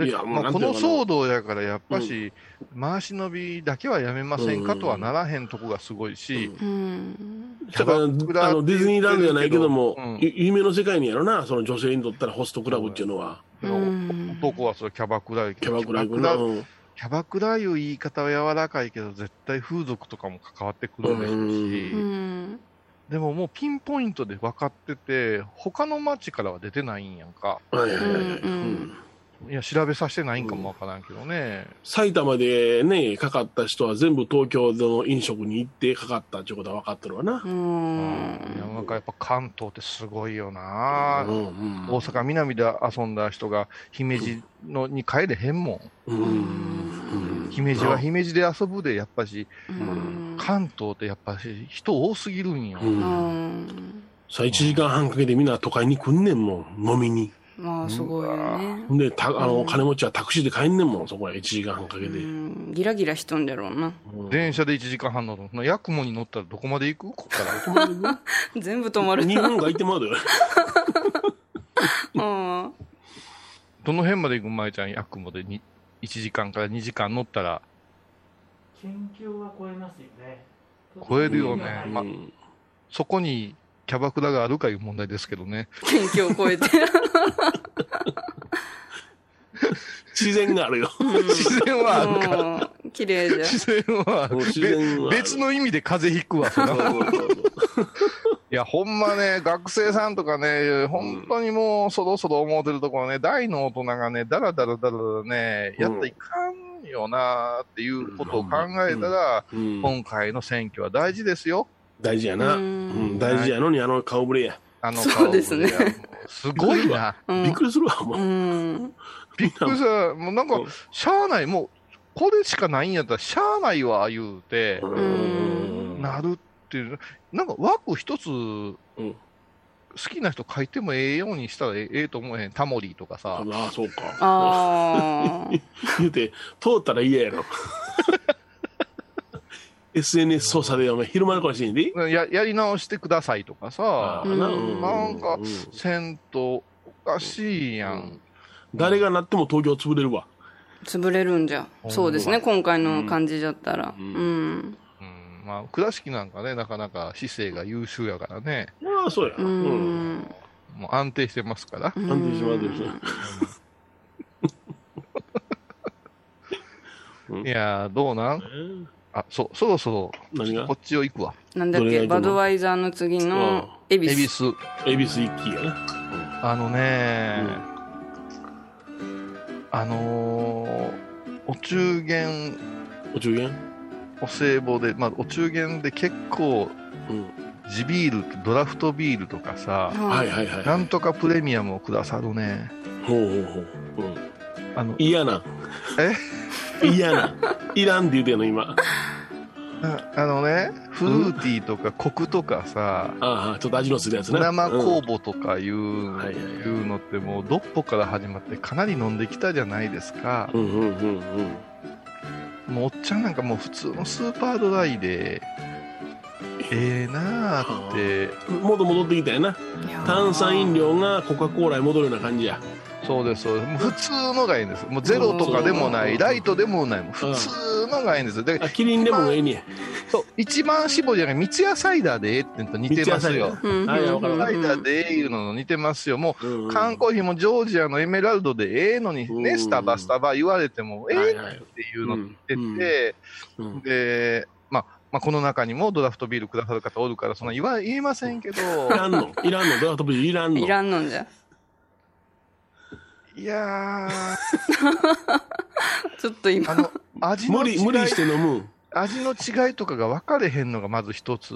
いやもうまあ、なんてこいうのの騒動やから、やっぱし、回し伸びだけはやめませんかとはならへんとこがすごいし、うん。だから、あキャバクラの、っデてィズニーランドじゃないけども、うんゆ夢の世界にやろな、その女性にとったらホストクラブっていうのは、うん男はそれキャバクラやけキャどバクラ行くな。うんキャバクラいう言い方は柔らかいけど、絶対風俗とかも関わってくるでしょうし、うん。でももうピンポイントで分かってて、他の町からは出てないんやんか。はいはいはいはい。うんいや、調べさせてないんかもわからんけどね。埼玉でね、かかった人は全部東京の飲食に行ってかかったっていうことは分かってるわなう。うん。んいやなんかやっぱ関東ってすごいよな、うん大阪南で遊んだ人が姫路のに帰れへんもうんうんん。姫路は姫路で遊ぶで、やっぱし、うん関東ってやっぱし人多すぎるんよ。うんうんさあ、1時間半かけてみんな都会に来んねんもん、飲みに。まあすごいよね。で、たあうの、ん金持ちはタクシーで帰んねんもん、そこへ1時間半かけうて。んギラギラしとんだろうな。 *laughs* うん電車で1時間半乗るの。そのヤクモに乗ったらどこまで行くこっから。全部止まる日な。本がいてまうで。うん。どの辺まで行くまえちゃん、ヤクモでに1時間から2時間乗ったら、県境は超えますよね。超えるよねうまんそこにキャバクラがあるかいう問題ですけどね。県境を超えて。自然があるよ。自然はあるから。うん綺麗じゃん。自然はある、うん自然はあるべ別の意味で風邪ひくわ、そらいや、ほんまね、学生さんとかね、本当にもうそろそろ思うてるところね、大の大人がね、だらだらだらだらね、やっていかんよなっていうことを考えたら、うん今回の選挙は大事ですよ。大事やな。ううんん大事やのに、あの顔ぶれや。あのそうですね顔ぶれはもうすごいな。うびっんくりするわ、もうう。ん。びびっくっくりる。したもうなんかうん、しゃあない、もう、これしかないんやったら、しゃあないわ、言うて、んなるっていう、なんか枠一つ、ん好きな人書いてもええようにしたらええええと思えへん、タモリとかさ、ああ、そうか。ああ。 *laughs* 言うて、通ったら嫌やろ。SNS 操作でお前、広まるかもしれんで。ややり直してくださいとかさ、あなうんなんかう銭湯おかしいやん。誰がなっても東京潰れるわ。潰れるんじゃ。そうですね、今回の感じじゃったら。ううん。んうんまあ、倉敷なんかね、なかなか市政が優秀やからね、まあ、そうや。ううんん。もう安定してますから。安定します安定しますいやー、どうなんあ、そう、そろそ何ろ、がこっちを行くわ。なんだっどれがけ、いいと思バうドワイザーの次の、エビ恵比ス。寿。恵比寿一揆やな。あのね、あのーお中元、お中元お歳暮で、まあ、お中元で結構、うん。地ビール、ドラフトビールとかさ、はいい。はいはい。なんとかプレミアムをくださるね。ほうほうほう。うんあの、嫌な。え嫌な。いらんって言うてんの、今。ああのね、フルーティーとかコクとかさ、ああ、ちょっと味のするやつな。生う酵ん母とかいう,、はいはいいうのってもうどっぽから始まってかなり飲んできたじゃないですか、うんうんうんうん。もうおっちゃんなんかもう普通のスーパードライでええなーってもっと戻ってきたよな。炭酸飲料がコカ・コーラに戻るような感じや。そうですそうですもう普通のがいいんですもうゼロとかでもなういんライトでもないもう普通のがいいんですだかあ、らキリンレモンがいいね。そう一番搾りじゃない三ツ矢サイダーでええってのと似てますようんうんはいわかるサイダーでええいうのと似てますよもううんうん缶コーヒーもジョージアのエメラルドでええのにね、うんスタバスタバ言われてもええはっいはい。ていうのってて、うんうんで、まあ、まあこの中にもドラフトビールくださる方おるからそんな言わ言えませんけどいらんの。いらんの。ドラフトビールいらんの。いらんのんじゃ。いやーちょっと今。あの味の無違理、い無理して飲む。味の違いとかが分かれへんのがまず一つ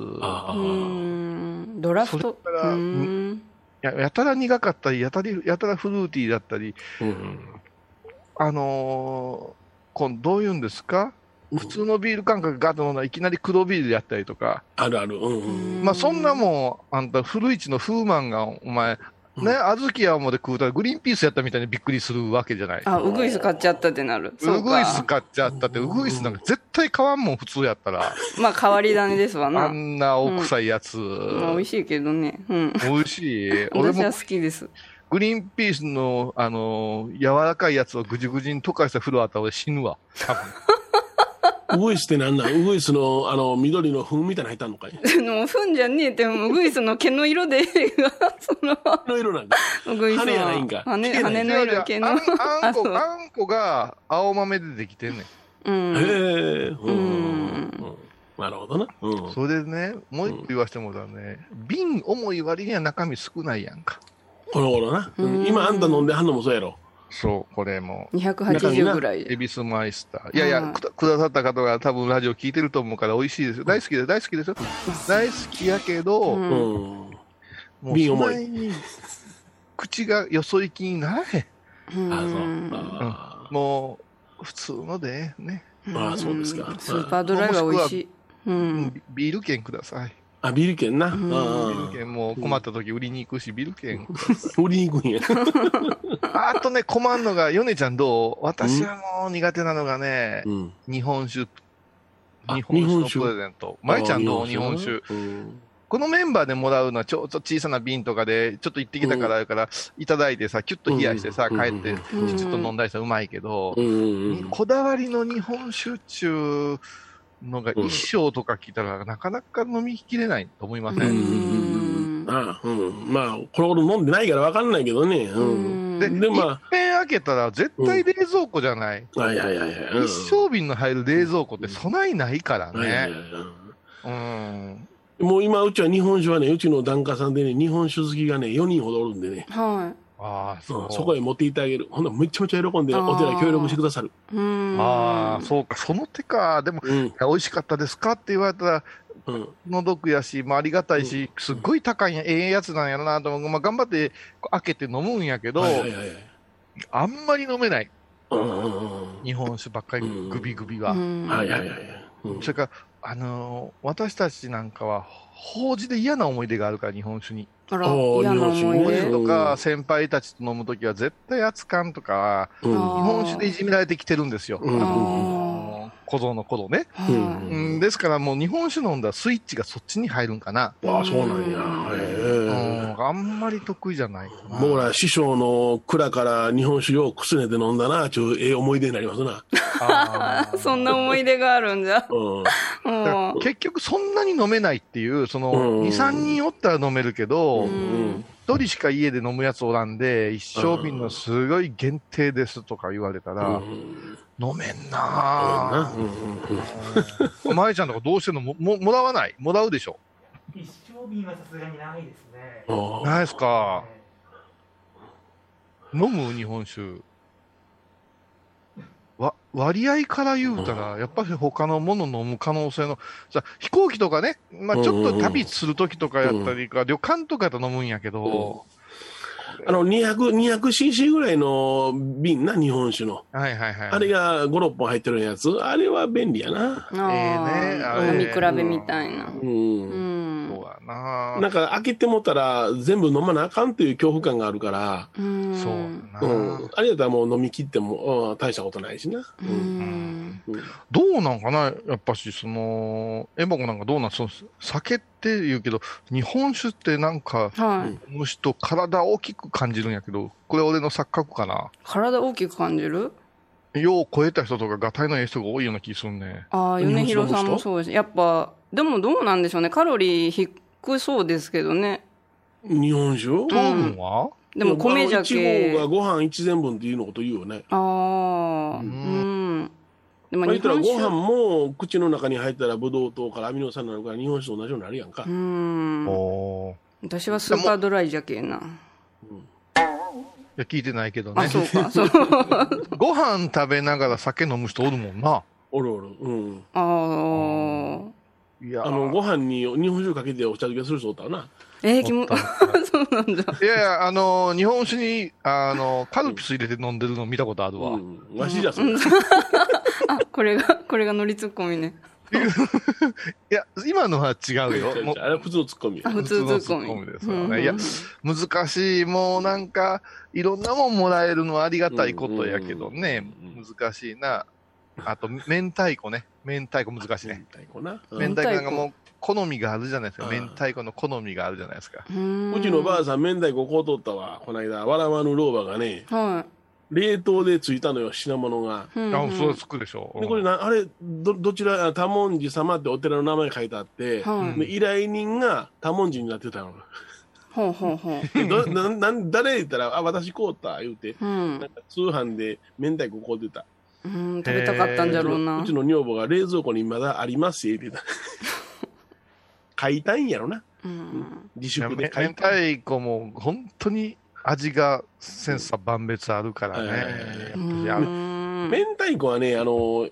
うああ。ん。ドラフト。それからうん。ややたら苦かったりやたりやたらフルーティーだったりうんあのーこんどういうんですか普通のビール感覚ガッと飲んだらいきなり黒ビールやったりとかあるある。うんうん。まあそんなもん、あんた、古市のフーマンが、お前、ね、小豆やもで食うたら、グリーンピースやったみたいにびっくりするわけじゃない。あ、ウグイス買っちゃったってなる。そうウグイスか。買っちゃったって、ウグイスなんか絶対買わんもん、普通やったら。まあ変わり種ですわあな。まんな奥臭いやつ。あ美味しいけどね。うん。美味しい。俺私もは好きです。グリーンピースの、あのー柔らかいやつをぐじゅぐじゅに溶かした風呂あったら俺死ぬわ。多分ウグイスってなんなんウグイスの、あの、緑の糞みたいなの入ったのかいでも、ふんじゃねえって、もうウグイスの毛の色で、その、の色なんか。ウグイスの羽やないんか羽毛ない羽の色、毛のあん。あ *laughs* んこ、そうあんこが青豆でできてんねん。うへん。え。うんうんうんなるほどな。うん。それでね、もう一個言わせてもらうたらね、瓶重い割には中身少ないやんか。この頃な。今あんた飲んではんのもそうやろ。そう、これも。 280ぐらい恵で。比寿マイスター。いやいはいや、くだくださった方が多分ラジオ聞いてると思うから美味しいですよ。大好きです、大好きですよ。大好きやけど、ううんん。もう瓶そ重いないに口がよそ行きになれへん。うんあそう。あもう、普通ので、ね。あそうですかんスーパードライが美味しい。うん。ビビール券ください。あ、ビール券な。あんビーあル券もう困った時売りに行くし、ビール券。売りに行くんや。ああとね、困んのが、ヨネちゃんどう私はもう苦手なのがねう、ん。日本酒。あ日本日本酒酒のプレゼント。まゆちゃんどう日本酒。。このメンバーでもらうのはちょっと小さな瓶とかで、ちょっと一滴だから、だから、いただいてさ、キュッと冷やしてさ、うん帰って、うんちょっと飲んだりしたらうまいけどう、んうんうん。こだわりの日本酒中のが一升とか聞いたら、なかなか飲みきれないと思いませうんうんん。うんうん。ああ、うん。まあ、この頃飲んでないからわかんないけどね。うん。で、でまあ一遍開けたら絶対冷蔵庫じゃない。はいはいはいはい。うん一升瓶の入る冷蔵庫って備えないからはいはいはね。いはいうん。もう今、うちは日本酒はね、うちの檀家さんでね、日本酒好きがね、4人ほどおるんでね、はああ、うそんう。そこへ持っていってあげる。ほんならめちゃめちゃ喜んで、お寺協力してくださる。い。うん。ああ、そうか、その手か。でも、うん。美味しかったですかって言われたら、うん。の毒やし、まあ、ありがたいし、すっごい高いんや、ええやつなんやろなと思う。まあ、頑張って開けて飲むんやけど、はいはいはいはい。あんまり飲めない。うんうんうん日本酒ばっかり、グビグビは。うん。うはいん。はいはいはい。うんそれから、あのー私たちなんかは、法事で嫌な思い出があるから、日本酒に。あら、あー嫌な思い日本法酒事出ね。とか、先輩たちと飲むときは、絶対熱燗とか、うんあ日本酒でいじめられてきてるんですよ。うんうんうんあ小僧の頃ね。あ。はういんうん、ですから、もう日本酒飲んだらスイッチがそっちに入るんかな。ああ、そうなんや。うへえん、あんまり得意じゃないかな。僕ら師匠の蔵から日本酒をくすねて飲んだな、ちょ、ええ思い出になりますな。あーそんな思い出があるんじゃ。うん。だかもら *laughs* 結局そんなに飲めないっていう、その、うん2、3人おったら飲めるけうんど、1ん。人しか家で飲むやつおらんで、一生瓶のすごい限定ですとか言われたら、飲めんなぁ。うんまえちゃんとかどうしてんのもももらわないもらうでしょ一生瓶はさすがにないですね。ああないですか。え飲む日本酒。わ割合から言うたら、やっぱり他のもの飲む可能性の、さ飛行機とかね、まあ、ちょっと旅するときとかやったりか、旅館とかやったら飲むんやけど、あの、200、200cc ぐらいの瓶な、日本酒の。はいはいはい。あれが5、6本入ってるやつ。あれは便利やな。う、ええねああーれ飲み比べみたいな。う。うん。そうんやななんか開けてもたら全部飲まなあかんという恐怖感があるから、うん。そうやな、うん。あれやったらもう飲み切っても、うん、大したことないしな。ううん。ん。うんどうなんかなやっぱし、その、エバコなんかどうなんそう酒って言うけど、日本酒ってなんか、はい。むしと体大きく感じるんやけど、これ俺の錯覚かな。体大きく感じるよう超えた人とか、がたいのええ人が多いような気すんね。ああ、米広さんもそうです。やっぱ、でもどうなんでしょうね。カロリー低そうですけどね。日本酒を糖分は、でも米じゃ1け合。がご飯1膳分っていうのこと言うよね。ああ、うん。でもまあ、日言ったら本ご酒飯も口の中に入ったらブドウ糖からアミノ酸になるから日本酒と同じようになるやんかう。ん。おーい私はスーパードライじゃけんな。や、聞いてないけどあ、ね。そうか。そう。ご飯食べながら酒飲む人おるもんな。おるおる。うん。ああ。いやあの、ご飯に日本酒かけてお茶漬けする人おったわな。えー、気も、そうなんだ。いやいや、あの、日本酒に、あの、カルピス入れて飲んでるの見たことあるわ。うん。わしじゃそれ。あ、これが、これが乗りツッコミね。いや、今のは違うよ。もうあれ普通のツッコミあ、。普通ツッコミ。普通のツッコミですからねうんいや難しい。もうなんか、いろんなもんもらえるのはありがたいことやけどね。うん難しいな。あと、明太子ね。明太子難しいね。太鼓な。う明ん太子なんかもう、好みがあるじゃないですか。うん明太子の好みがあるじゃないですか。うんうちのばあさん、明太子こうとったわ。この間、わらわの老婆がね、は冷凍でついたのよ、品物が。い。んあ、そうつくでしょ。で、これな、あれ、ど、どちら、あ多文字様ってお寺の名前書いてあって、はでい。依頼人が多文字になってたの。ほうほうほでどななん誰言ったら、あ、私こうた、言うて、う。うんなん。か通販で明太子こうてた。うん、食べたかったんじゃろうな。うちの女房が冷蔵庫にまだありますよ、言うてた。書いたんやろな。うん。自いや粛めで明書い太た。子も本当に味が千差万別あるからね。うんやっぱり明太子はね、あの、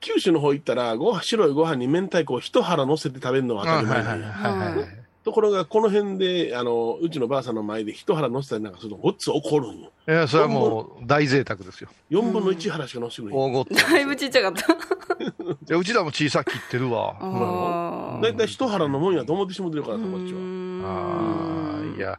九州の方行ったら、ご飯白いご飯に明太子を一腹乗せて食べるのは当たり前なんやはいはいはい。ところが、この辺で、あの、うちのばあさんの前で一腹乗せたりなんかすると、ごっつ怒るんよ。いや、それはもう大贅沢ですよ。 4分の1腹しか乗せてくれへん。大ごと。だいぶちっちゃかった。いやうちらも小さく切ってるわ。あーだいたい一腹のもんやと思ってしもてるからさ、こっちは。うああ、んいや、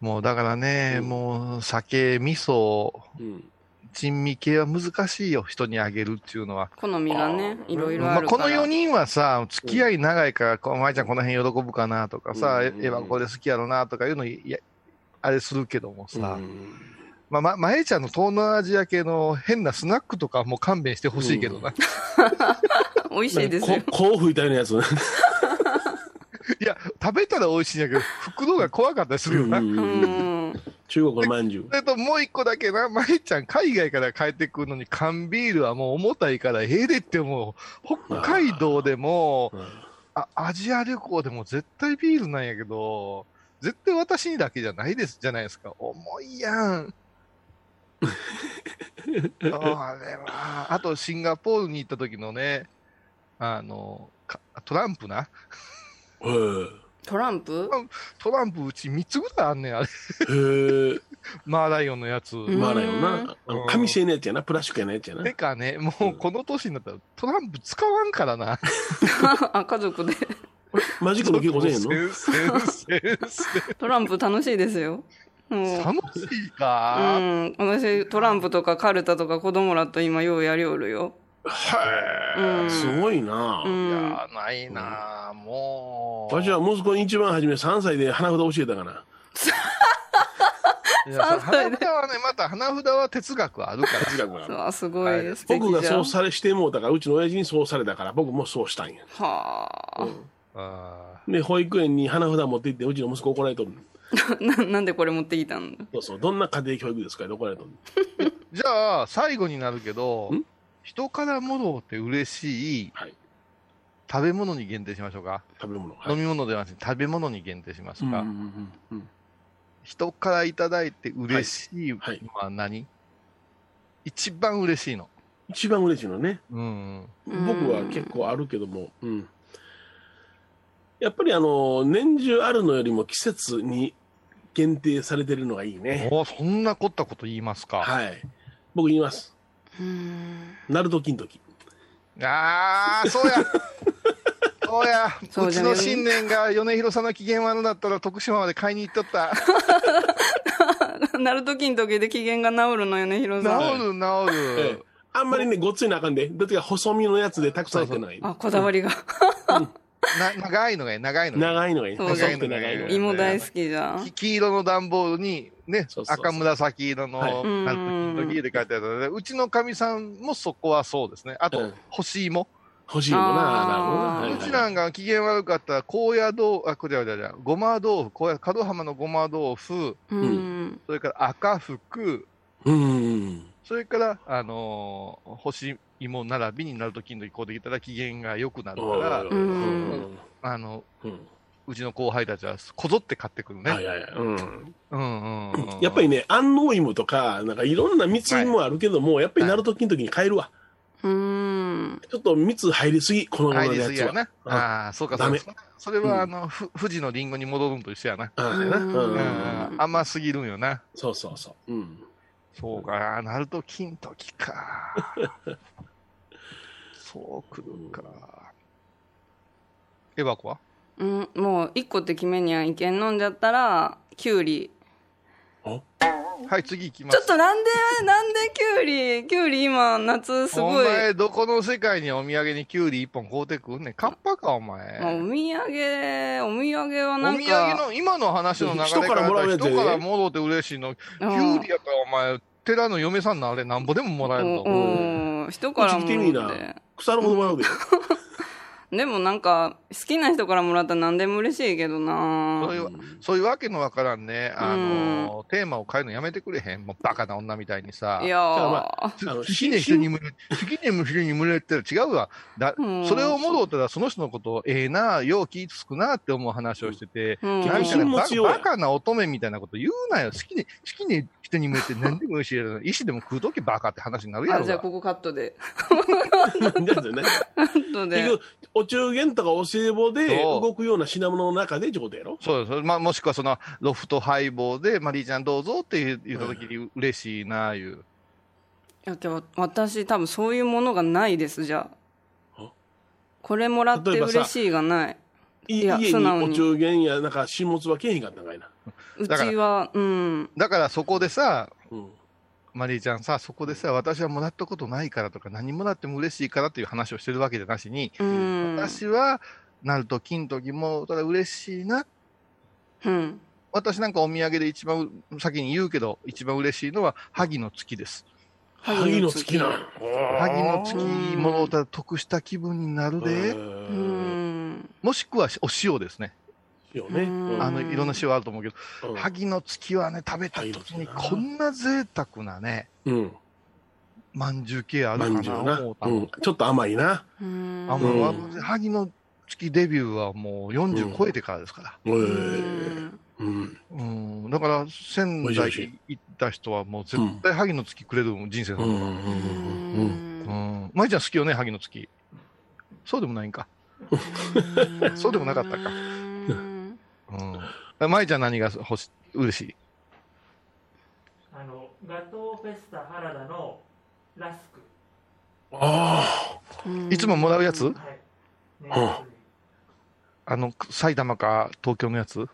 もうだからね、うんもう酒、味噌、うん。珍味系は難しいよ、人にあげるっていうのは。好みがね、いろいろまああ、るこから。の4人はさ、付き合い長いから、こう舞ちゃんこの辺喜ぶかなとかさ、うんえエヴァここで好きやろなとかいうのいや、あれするけどもさ、うんまあ、ま、舞ちゃんの東南アジア系の変なスナックとかも勘弁してほしいけどな。美味しいですよ。こ *laughs* こう吹いたようなやつ。う *laughs* いや、食べたら美味しいんやけど、袋が怖かったりするよんな。ううんん。中国のまんじゅうそ。れともう一個だけな、まいちゃん、海外から帰ってくるのに缶ビールはもう重たいから、ええでってもう、北海道で *laughs* も、うんあアジア旅行でも絶対ビールなんやけど、絶対私にだけじゃないです、じゃないですか。重いや *laughs* ん。あれは、あとシンガポールに行った時のね、あの、かトランプな。へトランプトランプうち3つぐらいあんねん、あれ。え。へえ。マーライオンのやつ。んまあだよな。あうのん紙製のやつやな。プラスチックやなやつやなて。かね、もうこの年になったらトランプ使わんからな。 *laughs* あ、家族で。マジックの結構せえへ *laughs* ん先の生先 *laughs* 生トランプ楽しいですよ。もう。楽しいうか、ん。私、トランプとかカルタとか子供らと今ようやりおるよ。はうい。んすごいなう。いん。やー、ないなー、もう。私は息子に一番初め3歳で花札教えたから。いやそ三歳の花で札はね、また花札は哲学あるから。哲学があるうわ、すごはいい素敵僕がじゃそんう。されしてもうたから、うちの親父にそうされたから、僕もそうしたんや。はあ、 *laughs* あで、保育園に花札持って行って、うちの息子怒られとる。な。 *laughs* なんでこれ持ってきたんだ *laughs* そうそう、どんな家庭教育ですかって怒られとる。ーじゃあ、最後になるけどん、人からもろうて嬉しいはい。食べ物に限定しましょうか。食べ物。はい飲み物ではなくて食べ物に限定しますうんうか。んうんうん人からいただいて嬉しいのはいはいは何、一番嬉しいの。一番嬉しいのね。うん。うん僕は結構あるけども、うん。やっぱりあの、年中あるのよりも季節に限定されてるのがいいね。おそんな凝ったこと言いますか。はい。僕言います。うん。ナルト金時。ああ、そうや。そうや。そううじちゃねの新年が米広さんの機嫌悪だったら徳島まで買いに行っとった。なるときん時で機嫌が治るのよね、ヒ *laughs* ロさん。治る治えるえ。あんまりね、ごっついなあかんで。だって細身のやつでたくさん入ってない。あ、こだわりが。な長いのがいい、長いのがいい。長いのがいい。そう細くて長いのがいい。芋大好きじゃんき。黄色の段ボールに、ね、そうそうそう赤紫色の、はいうんあの時々で書いてあったので、うちのかみさんもそこはそうですね。あと、うん干し芋。欲しいもな、あーなるうほどな。ちはないんが機嫌悪かったら、高野豆腐、あ、これじゃじゃごま豆腐、高野、角浜のごま豆腐、うん。それから赤福、うん。それから、あのー干し芋並びになると金時こうできたら機嫌が良くなるから、うんうんあの、うんうちの後輩たちはこぞって買ってくるね。はいはいはいうんうんうん、うん。やっぱりね、安納芋とか、なんかいろんな蜜芋あるけども、やっぱりナルト金時に変えるわ。うん。ちょっと蜜入りすぎ、このまま入のりやすぎつやは。な。ああー、そうか、そダうメか。それは、あの、ふ富士のリンゴに戻るんと一緒やな。ああやなうんうんうん、甘すぎるんよな。そうそうそう。うんそうか、なると金時 *laughs* か。そうくるか。エバコはうん。もう、一個って決めにゃいけん飲んじゃったら、きゅうり。はい、次行きまちょっす。となんで、なんできゅうりきゅうり今、夏すごい。お前、どこの世界にお土産にキュウリ一本買うてくんねん。カッパか、お前。まあお土産、お土産はおなんか。土産の、今の話の流れ人からもらうやつやで人からもろうて嬉しいの。キュウリやから、お前、寺の嫁さんのあれ、なんぼでももらえるうんの。うん人からもらうち来てみいなって。腐るほどもらうで。でもなんか好きな人からもらったら何でも嬉しいけどなそういうそういうわけのわからんね、あのテーマを変えるのやめてくれへん、もうバカな女みたいにさ。いやじゃあーあの好きな人に群れ、好きな人に群れたら違うわ。だうんそれを戻ったら、その人のことをええなあ、よう気ぃつくなあって思う話をしてて、うんなんかね気持バちようやバカな乙女みたいなこと言うなよ。好きに、好きに人に群れて何でも美味しいやろ。石でも食うときバカって話になるやあろじゃあが。ここカットで *laughs* カじゃあねットで結局お中元とかお歳暮でそう動くような品物の中でってことやろそうです。まあ、もしくはその、ロフトハイボーで、マリーちゃんどうぞって言ったときに嬉しいなあいう。いやけど私多分そういうものがないですじゃああこれもらって例えばさ嬉しいがないいいや家に素直にお中元やなんか新物はけえへんかったんかいな、うだからちはうんだからそこでさ、うん、マリーちゃんさ、そこでさ、私はもらったことないからとか、何もらっても嬉しいからっていう話をしてるわけじゃなしに、うん私は、なると金時も、ただ嬉しいな。うん私なんかお土産で一番先に言うけど、一番嬉しいのは、萩の月です。萩の月なん萩の月月ものをただ得した気分になるでで、ううんんもしくはお塩ですね。よねうんあの、いろんな塩あると思うけど、うん萩の月はね、食べた時にこんな贅沢なね、うんまんじゅう系あるかまんじゅうな、な、思うたうのん、ちょっと甘いなうんあもう、うんあの萩の月デビューはもう40超えてからですから。えうーんうんうん。だから、仙美台味しい行った人はもう絶対萩の月くれるもん、人生うの。んうんうんううんんうん。まいちゃん好きよね、萩の月。そうでもないんか。そうでもなかったかうんうん。まいちゃん何が欲し、嬉しいあのガトーフェスタ原田のラスク、あうんいつももらうやつはい、ねああの、埼玉か東京のやつ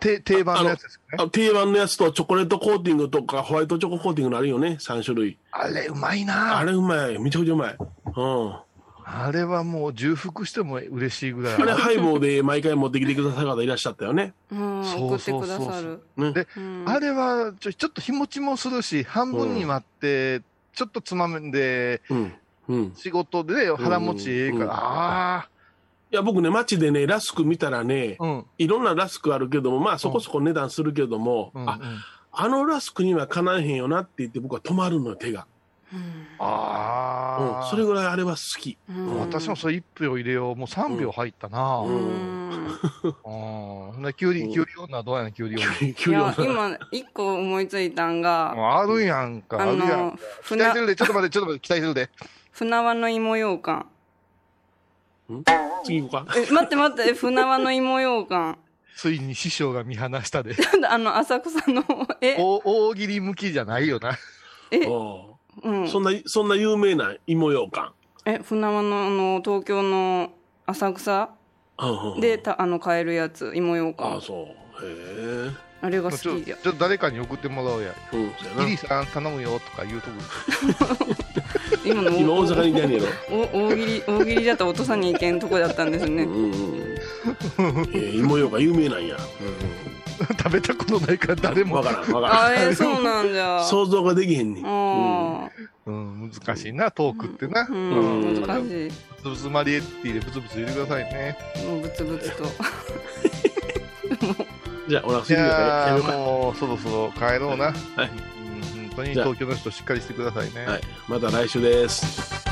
て定番のやつですよーね。あ定番のやつとチョコレートコーティングとかホワイトチョココーティングのあるよね3種類あれ、うまいあなれうまいめちゃくちゃうまいうんあれはもう重複しても嬉しいぐらい。あれ、ハイボーで毎回持ってきてくださる方いらっしゃったよね。うんそ送うってそうそうそくうださるねでうんあれはちょちょっと日持ちもするし、半分に割って、ちょっとつまんで、うん。うん。い仕事で腹持ちええから、うんあや、僕ね、街でね、ラスク見たらねあ、、うん、いろんなラスクあるけども、まあそこそこ値段するけども、うん、あ、ああのラスクにはかなえへんよなって言って僕は止まるのよ、手が。あうー、ん。それぐらいあれは好き。うん私もそれ1票入れよう、もう3票入ったな、ううんうん、んほんで、キュウリ、キュウリ女はどうやねん、キュウリ女。い給料や今一個思いついたんがあるやんか、ああるやん。の期待して船るで、ちょっと待って、ちょっと待って、期待してるで。船輪の芋羊羹次行こうか。え待って待ってえ船輪の芋羊羹ついに師匠が見放したで。あの浅草のえお大喜利向きじゃないよな。えおうんうそんな、そんな有名な芋羊羹。え船輪のあの東京の浅草うんうんで、たあの買えるやつ芋羊ああ、羹そう。へあれが好ちょきちじょゃっと誰かに送ってもらおうや。え。うん、そうギやリな。さん頼むよとか言うとこ。今 *laughs* の今大阪にいたんやろ。お大喜利大喜利だったら落とさにいけんとこだったんですねうんうんうん。えー芋羊羹有名なんや。 *laughs* 食べたことないから誰もわからん、わから *laughs* ん。あえーそうなんじゃ *laughs* 想像ができへんねん。うんあーうん、難しいな、トークってな。うブん難しいツブツマリエッティでブツブツ言ってくださいね。もうブツブツとじゃあ、お腹すいいてるからややめようー、か。もうそろそろ帰ろうな。うはいん本当にじゃあ東京の人しっかりしてくださいね。はい。また来週です。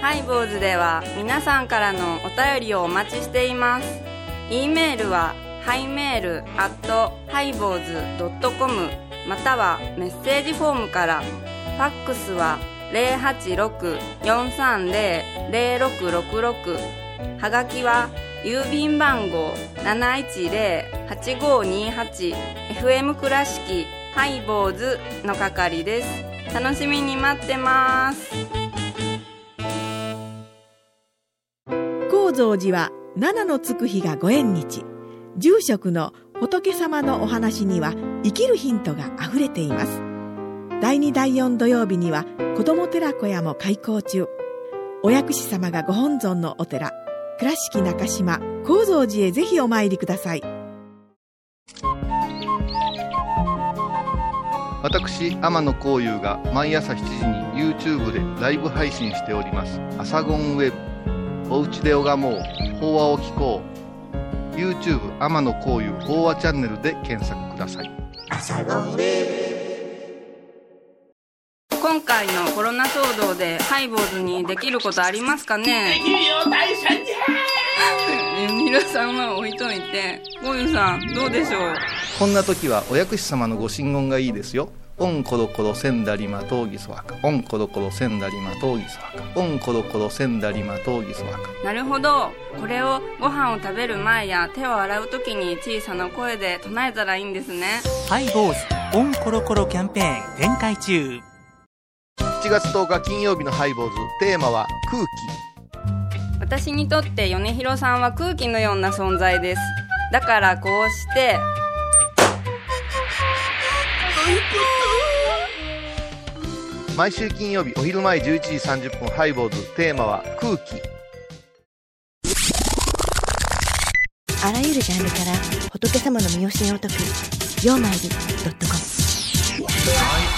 ハイボーズでは皆さんからのお便りをお待ちしています。e メールはハイメールアットハイボーズドットコムまたはメッセージフォームから。ファックスは086-430-0666はがきは郵便番号710-8528 FM 倉敷ハイボーズの係です。楽しみに待ってます。高蔵寺は七のつく日がご縁日住職の仏様のお話には生きるヒントがあふれています第2第4土曜日には子ども寺小屋も開校中お薬師様がご本尊のお寺倉敷中島・高蔵寺へぜひお参りください私天野幸雄が毎朝7時に YouTube でライブ配信しております「アサゴンウェブ」「おうちで拝もう法話を聞こう」YouTube 天野幸雄法話チャンネルで検索ください今回のコロナ騒動でハイボーズにできることありますかねできるよ大社じゃ皆さんは置いといてゴユさんどうでしょうこんな時はお薬師様のご神言がいいですよ。オンコロコロセンダリマトウギソワカ。オンコロコロセンダリマトウギソワカ。オンコロコロセンダリマトウギソワカ。なるほどこれをご飯を食べる前や手を洗う時に小さな声で唱えたらいいんですねハイボーズオンコロコロキャンペーン展開中7月10日金曜日のハイボーズ。テーマは空私にとって米広さんは空気のような存在ですだからこうして気。毎週金曜日お昼前11時30分ハイボーズ。テーマは空気。あらゆるジャンルから仏様の身教えを解く「曜マイルドットコム」